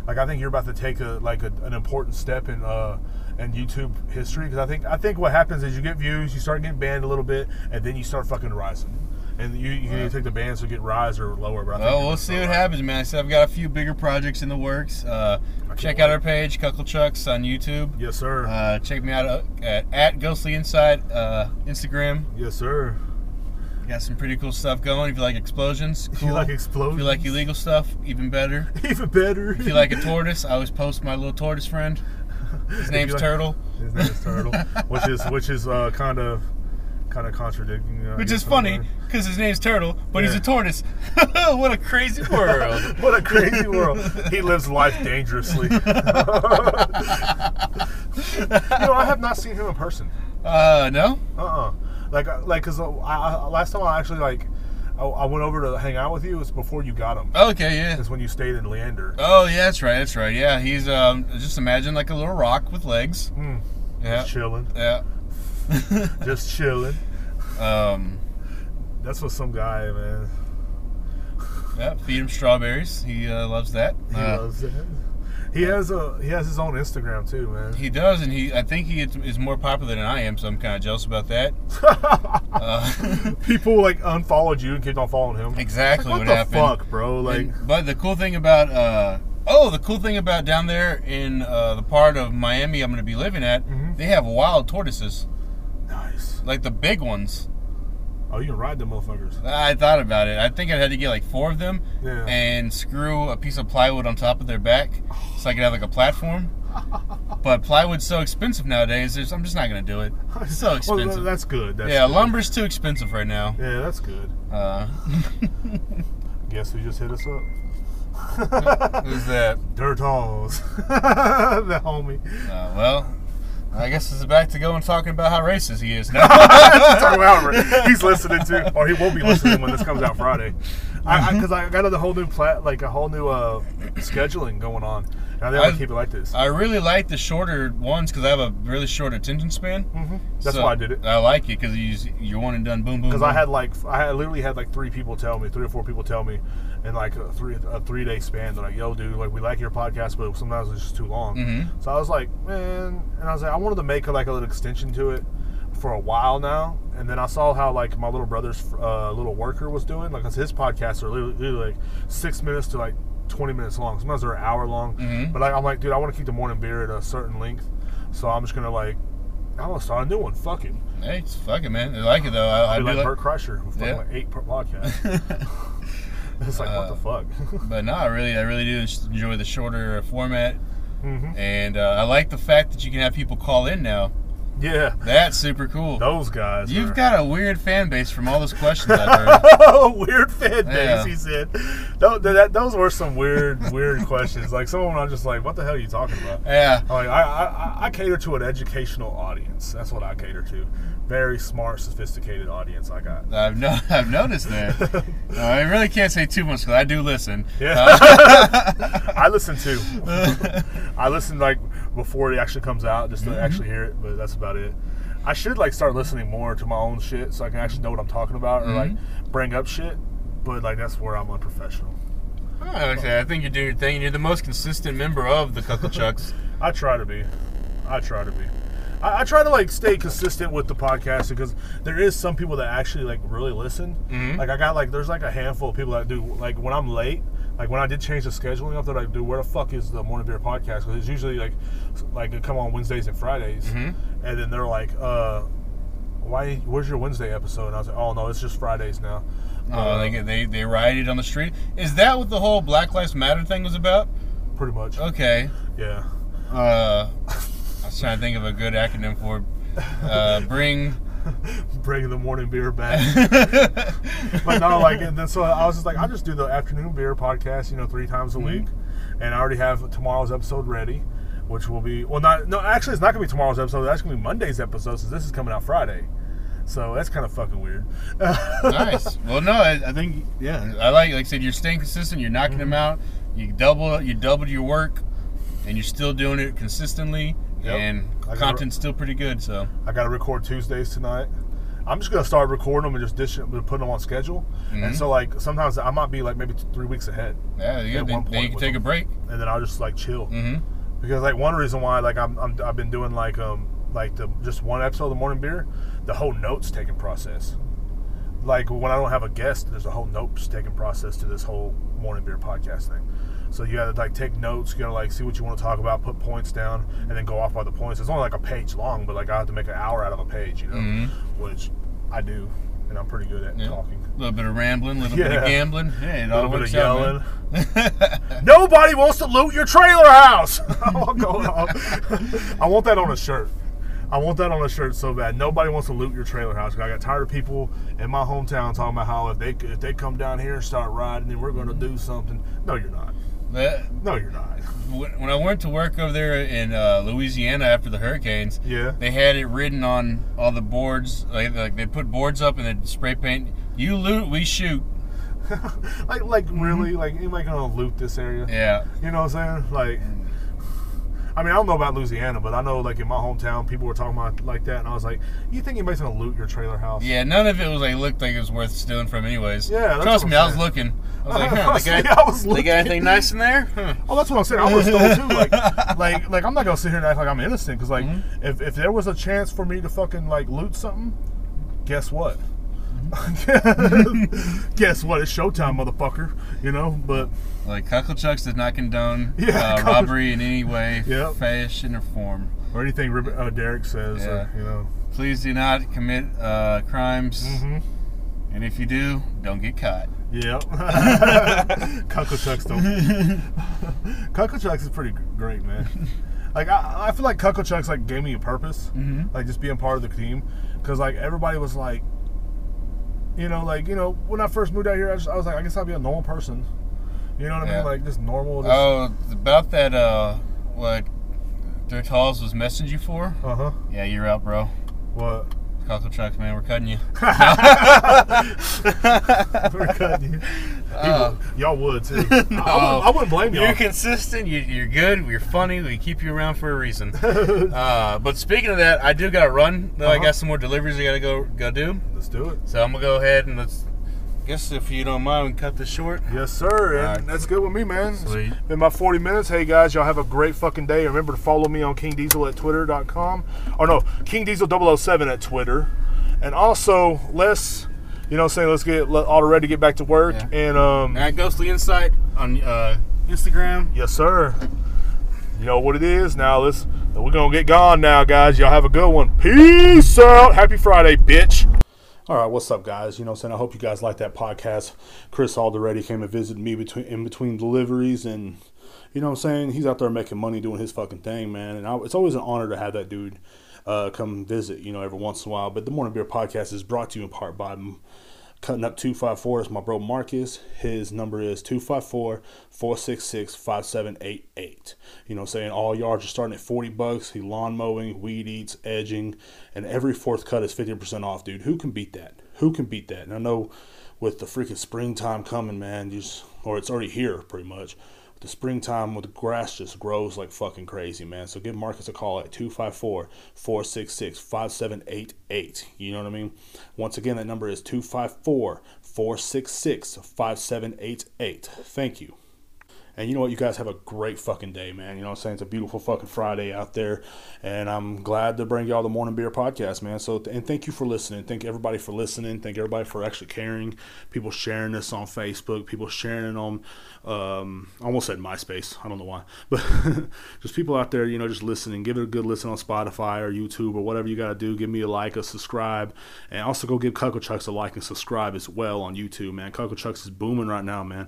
[SPEAKER 1] Like I think you're about to take a like a, an important step in uh in YouTube history because I think I think what happens is you get views, you start getting banned a little bit, and then you start fucking rising. And you, you can either take the bans to get rise or lower. But I think
[SPEAKER 2] Well,
[SPEAKER 1] you're
[SPEAKER 2] we'll
[SPEAKER 1] gonna
[SPEAKER 2] see
[SPEAKER 1] start
[SPEAKER 2] what
[SPEAKER 1] rising.
[SPEAKER 2] happens, man. I said I've got a few bigger projects in the works. Uh, check out our page, Cucklechucks on YouTube.
[SPEAKER 1] Yes, sir.
[SPEAKER 2] Uh, check me out uh, at, at Ghostly Inside uh, Instagram.
[SPEAKER 1] yes, sir.
[SPEAKER 2] Got some pretty cool stuff going. If you like explosions,
[SPEAKER 1] If
[SPEAKER 2] cool.
[SPEAKER 1] you like
[SPEAKER 2] if
[SPEAKER 1] explosions,
[SPEAKER 2] you like illegal stuff, even better.
[SPEAKER 1] even better.
[SPEAKER 2] If you like a tortoise, I always post my little tortoise friend. His name's
[SPEAKER 1] like-
[SPEAKER 2] Turtle.
[SPEAKER 1] His name is Turtle, which is which is uh, kind of kind of contradicting. uh, I
[SPEAKER 2] Which
[SPEAKER 1] guess,
[SPEAKER 2] is funny
[SPEAKER 1] somewhere.
[SPEAKER 2] because his name's Turtle, but he's
[SPEAKER 1] Yeah.
[SPEAKER 2] a tortoise. what a crazy world!
[SPEAKER 1] What a crazy world. He lives life dangerously. you know, I have not seen him in person.
[SPEAKER 2] Uh, no.
[SPEAKER 1] Uh-uh. Like, uh, like, cause uh, I, I, last time I actually like, I, I went over to hang out with you. It was before you got him.
[SPEAKER 2] Okay, yeah.
[SPEAKER 1] It's when you stayed in Leander.
[SPEAKER 2] Oh, yeah, that's right, that's right. Yeah, he's um, just imagine like a little rock with legs.
[SPEAKER 1] Mm,
[SPEAKER 2] Yeah,
[SPEAKER 1] Just chilling.
[SPEAKER 2] yeah.
[SPEAKER 1] Just chilling.
[SPEAKER 2] Um,
[SPEAKER 1] That's what some guy, man.
[SPEAKER 2] yeah. Feed him strawberries. He uh, loves that.
[SPEAKER 1] He
[SPEAKER 2] Uh,
[SPEAKER 1] loves it. He has a he has his own Instagram too, man.
[SPEAKER 2] He does, and he I think he is- is more popular than I am, so I'm kind of jealous about that. uh,
[SPEAKER 1] People like unfollowed you and kept on following him.
[SPEAKER 2] exactly
[SPEAKER 1] What
[SPEAKER 2] what,
[SPEAKER 1] the
[SPEAKER 2] happened.
[SPEAKER 1] fuck, bro? Like,
[SPEAKER 2] And- but the cool thing about uh, oh, the cool thing about down there in uh, the part of Miami I'm going to be living at,
[SPEAKER 1] Mhm.
[SPEAKER 2] they have wild tortoises,
[SPEAKER 1] nice.
[SPEAKER 2] like the big ones.
[SPEAKER 1] Oh, you can ride them motherfuckers.
[SPEAKER 2] I thought about it. I think I had to get like four of them
[SPEAKER 1] Yeah.
[SPEAKER 2] and screw a piece of plywood on top of their back so I could have like a platform. But plywood's so expensive nowadays. There's, I'm just not going to do it. It's so
[SPEAKER 1] Well,
[SPEAKER 2] expensive.
[SPEAKER 1] tha- that's good. That's
[SPEAKER 2] yeah,
[SPEAKER 1] good.
[SPEAKER 2] lumber's too expensive right now.
[SPEAKER 1] Yeah, that's good.
[SPEAKER 2] Uh,
[SPEAKER 1] Guess who just hit us up?
[SPEAKER 2] Uh, who's that?
[SPEAKER 1] Dirt Halls. the homie.
[SPEAKER 2] Uh, well, I guess it's back to going talking about how racist he is now.
[SPEAKER 1] Sorry, however, he's listening to, or he won't be listening when this comes out Friday. I Because I, got a whole new plat, like a whole new uh, scheduling going on. And I think I'm
[SPEAKER 2] I-
[SPEAKER 1] to keep it like this.
[SPEAKER 2] I really like the shorter ones because I have a really short attention span.
[SPEAKER 1] hmm That's
[SPEAKER 2] So
[SPEAKER 1] why I did it.
[SPEAKER 2] I like it because you you're one and done. Boom boom.
[SPEAKER 1] Because I
[SPEAKER 2] boom.
[SPEAKER 1] had like, I had, literally had like three people tell me, three or four people tell me, in like a three a three day span. They're like, "Yo, dude, like we like your podcast, but sometimes it's just too long."
[SPEAKER 2] Mhm.
[SPEAKER 1] So I was like, man, and I was like, I wanted to make like a little extension to it for a while now. And then I saw how like my little brother's uh, little worker was doing, like 'cause his podcasts are literally, literally, like six minutes to like twenty minutes long. Sometimes they're an hour long.
[SPEAKER 2] Mhm.
[SPEAKER 1] But like, I'm like, dude, I want to keep the morning beer at a certain length, so I'm just gonna like, I don't know, start a new one. Fuck it.
[SPEAKER 2] Hey, it's fucking man. I like it though. I, I
[SPEAKER 1] I'd
[SPEAKER 2] do
[SPEAKER 1] be like,
[SPEAKER 2] like,
[SPEAKER 1] Bert Kreischer with fucking
[SPEAKER 2] Yeah.
[SPEAKER 1] like eight per podcast. it's like what
[SPEAKER 2] Uh,
[SPEAKER 1] the fuck.
[SPEAKER 2] but no, I really I really do enjoy the shorter format,
[SPEAKER 1] hmm
[SPEAKER 2] and uh, I like the fact that you can have people call in now.
[SPEAKER 1] Yeah,
[SPEAKER 2] That's super cool.
[SPEAKER 1] those guys.
[SPEAKER 2] You've
[SPEAKER 1] are-
[SPEAKER 2] got a weird fan base from all those questions I've heard.
[SPEAKER 1] weird fan base.
[SPEAKER 2] Yeah.
[SPEAKER 1] He said, those, that, "Those were some weird, weird questions. Like some of them, I'm just like, what the hell are you talking about?"
[SPEAKER 2] Yeah.
[SPEAKER 1] Like I, I, I- I cater to an educational audience. That's what I cater to. Very smart, sophisticated audience. I got.
[SPEAKER 2] I've no, I've noticed that. No, I really can't say too much because I do listen.
[SPEAKER 1] Yeah. I listen too. I listen like before it actually comes out, just to actually hear it. But that's about it. I should like start listening more to my own shit, so I can actually know what I'm talking about, or like bring up shit. But like that's where I'm unprofessional.
[SPEAKER 2] Oh, okay, I think you're doing your thing. You're the most consistent member of the Cuckoo Chucks.
[SPEAKER 1] I try to be. I try to be. I, I try to like stay consistent with the podcast because there is some people that actually like really listen. Like I got like there's like a handful of people that do like when I'm late. Like when I did change the scheduling up, they're like, "Dude, where the fuck is the morning beer podcast?" Because it's usually like, s- like it come on Wednesdays and Fridays, and then they're like, "Uh, why? Where's your Wednesday episode?" And I was like, "Oh no, it's just Fridays now."
[SPEAKER 2] Oh, they, get- they they rioted on the street. Is that what the whole Black Lives Matter thing was about?
[SPEAKER 1] Pretty much,
[SPEAKER 2] Okay.
[SPEAKER 1] yeah.
[SPEAKER 2] Uh, I was trying to think of a good acronym for it. uh, bring.
[SPEAKER 1] Bring the morning beer back. but no, like, and then so I was just like, I'll just do the afternoon beer podcast, you know, three times a week, and I already have tomorrow's episode ready, which will be well, not no, actually, it's not gonna be tomorrow's episode. That's gonna be Monday's episode, since this is coming out Friday. So that's kind of fucking weird.
[SPEAKER 2] nice. Well, no, I, I think yeah. I like like I said, you're staying consistent. You're knocking
[SPEAKER 1] Mm-hmm.
[SPEAKER 2] them out. You double you doubled your work, and you're still doing it consistently.
[SPEAKER 1] Yep.
[SPEAKER 2] And
[SPEAKER 1] I gotta-
[SPEAKER 2] content's still pretty good. So
[SPEAKER 1] I got to record Tuesdays tonight. I'm just gonna start recording them and just dishing, putting them on schedule. And so like sometimes I might be like maybe three weeks ahead,
[SPEAKER 2] yeah, yeah
[SPEAKER 1] At
[SPEAKER 2] then,
[SPEAKER 1] one
[SPEAKER 2] then you
[SPEAKER 1] point
[SPEAKER 2] can
[SPEAKER 1] with
[SPEAKER 2] take a
[SPEAKER 1] them.
[SPEAKER 2] break.
[SPEAKER 1] and then I'll just like chill.
[SPEAKER 2] hmm
[SPEAKER 1] because like one reason why like I'm, I'm I've been doing like um like the just one episode of the morning beer, the whole notes taking process. Like when I don't have a guest, there's a whole notes taking process to this whole morning beer podcast thing. So you gotta like take notes, you gotta like see what you want to talk about, put points down, and then go off by the points. It's only like a page long, but like I have to make an hour out of a page, you know, which I do, and I'm pretty good at
[SPEAKER 2] Mm-hmm. Yeah.
[SPEAKER 1] talking.
[SPEAKER 2] A little bit of rambling, a little bit of
[SPEAKER 1] Yeah.
[SPEAKER 2] gambling. Hey, it
[SPEAKER 1] A
[SPEAKER 2] all
[SPEAKER 1] little bit
[SPEAKER 2] works
[SPEAKER 1] of
[SPEAKER 2] out.
[SPEAKER 1] yelling.
[SPEAKER 2] man.
[SPEAKER 1] Nobody wants to loot your trailer house. I'm all going off. I want that on a shirt. I want that on a shirt so bad. Nobody wants to loot your trailer house. I got tired of people in my hometown talking about how if they if they come down here and start riding, then we're going to do something. No, you're not.
[SPEAKER 2] That-
[SPEAKER 1] No, you're not.
[SPEAKER 2] when when I went to work over there in uh, Louisiana after the hurricanes,
[SPEAKER 1] Yeah.
[SPEAKER 2] they had it written on all the boards. Like, like they put boards up and they spray paint. You loot, we shoot.
[SPEAKER 1] Like like really like anybody going to loot this area?
[SPEAKER 2] Yeah,
[SPEAKER 1] You know what I'm saying? Like, I mean, I don't know about Louisiana, but I know like in my hometown, people were talking about like that, and I was like, "You think anybody's gonna loot your trailer house?"
[SPEAKER 2] yeah. None of it was like looked like it was worth stealing from, anyways.
[SPEAKER 1] Yeah, that's
[SPEAKER 2] trust
[SPEAKER 1] what
[SPEAKER 2] me,
[SPEAKER 1] I'm
[SPEAKER 2] I was
[SPEAKER 1] saying.
[SPEAKER 2] looking. I was like, huh,
[SPEAKER 1] Trust
[SPEAKER 2] they
[SPEAKER 1] me,
[SPEAKER 2] got,
[SPEAKER 1] I was
[SPEAKER 2] they got
[SPEAKER 1] looking.
[SPEAKER 2] anything nice in there? Huh.
[SPEAKER 1] Oh, that's what I'm saying. I was stole too. Like, like, like, I'm not gonna sit here and act like I'm innocent because, like, if, if there was a chance for me to fucking like loot something, guess what? guess what? It's showtime, motherfucker. You know, but
[SPEAKER 2] Like Cucklechucks does not condone
[SPEAKER 1] Yeah,
[SPEAKER 2] uh,
[SPEAKER 1] Cuckle-
[SPEAKER 2] robbery in any way,
[SPEAKER 1] Yep.
[SPEAKER 2] fashion, or form.
[SPEAKER 1] or anything Rib- uh, Derek says, or,
[SPEAKER 2] Yeah.
[SPEAKER 1] you know,
[SPEAKER 2] Please do not commit uh, crimes,
[SPEAKER 1] Mm-hmm.
[SPEAKER 2] and if you do, don't get caught.
[SPEAKER 1] Yep. Cucklechucks don't. Cucklechucks is pretty great, man. Like I, I feel like Cucklechucks like gave me a purpose,
[SPEAKER 2] Mm-hmm.
[SPEAKER 1] like just being part of the team, because like everybody was like, you know, like you know when I first moved out here, I, just, I was like, I guess I'll be a normal person. You know what I
[SPEAKER 2] Yeah.
[SPEAKER 1] mean? Like just normal. Just,
[SPEAKER 2] Oh, about that, uh, what Dirt Halls was messaging you for?
[SPEAKER 1] Uh huh.
[SPEAKER 2] Yeah, you're out, bro.
[SPEAKER 1] What?
[SPEAKER 2] Cockle trucks, man, we're cutting you.
[SPEAKER 1] We're cutting you. He
[SPEAKER 2] Uh,
[SPEAKER 1] would- y'all would too. I, wouldn't, I wouldn't blame y'all.
[SPEAKER 2] You're consistent, you, you're good, you're funny, we keep you around for a reason. uh, but speaking of that, I do gotta run, though I
[SPEAKER 1] Uh-huh.
[SPEAKER 2] got some more deliveries I gotta go go do.
[SPEAKER 1] Let's do it.
[SPEAKER 2] So I'm gonna go ahead and let's, guess if you don't mind, we can cut this short.
[SPEAKER 1] Yes, sir. And
[SPEAKER 2] Alright.
[SPEAKER 1] that's good with me, man.
[SPEAKER 2] Sweet.
[SPEAKER 1] It's been about 40 minutes. Hey, guys, y'all have a great fucking day. Remember to follow me on King Diesel at twitter.com. Or no, King Diesel 007 at Twitter. And also, let's, you know what I'm saying, let's get let all ready to get back to work.
[SPEAKER 2] Yeah.
[SPEAKER 1] And, um,
[SPEAKER 2] And at Ghostly Insight on uh, Instagram.
[SPEAKER 1] yes, sir. You know what it is. Now, let's, we're going to get gone now, guys. Y'all have a good one. Peace out. Happy Friday, bitch. All right, what's up, guys? You know, what I'm saying I hope you guys like that podcast. Chris Alderetti came and visited me between in between deliveries, and you know, what I'm saying he's out there making money doing his fucking thing, man. And I, it's always an honor to have that dude uh, come visit, you know, every once in a while. But the Morning Beer Podcast is brought to you in part by M- Cutting Up Two Five Four. It's my bro Marcus. His number is 254-466-5788. You know, what I'm saying all yards are starting at forty bucks. He lawn mowing, weed eats, edging, and every fourth cut is fifty percent off, dude. Who can beat that? Who can beat that? And I know with the freaking springtime coming, man, you just, or it's already here pretty much. The springtime with the grass just grows like fucking crazy, man. So give Marcus a call at 254 466 5788. You know what I mean? Once again, that number is 254 466 5788. Thank you. And you know what? You guys have a great fucking day, man. You know what I'm saying? It's a beautiful fucking Friday out there. And I'm glad to bring y'all the Morning Beer podcast, man. So, and thank you for listening. Thank everybody for listening. Thank everybody for actually caring. People sharing this on Facebook, people sharing it on, um, I almost said MySpace. I don't know why. But just people out there, you know, just listening. Give it a good listen on Spotify or YouTube or whatever you got to do. Give me a like, a subscribe. And also go give Cuckoo Chucks a like and subscribe as well on YouTube, man. Cuckoo Chucks is booming right now, man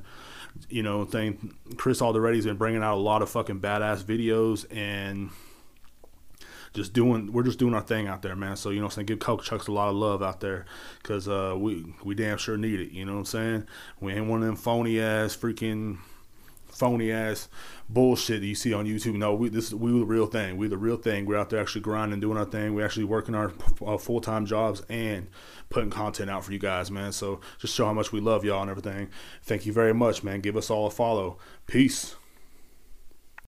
[SPEAKER 1] you know thing chris alderetti's been bringing out a lot of fucking badass videos and just doing we're just doing our thing out there man so you know what i'm saying give coke chucks a lot of love out there because uh we we damn sure need it you know what i'm saying we ain't one of them phony ass freaking phony ass bullshit that you see on YouTube. No, we this we the real thing. We the real thing. We're out there actually grinding, doing our thing. We're actually working our uh, full time jobs and putting content out for you guys, man. So just show how much we love y'all and everything. Thank you very much, man. Give us all a follow. Peace.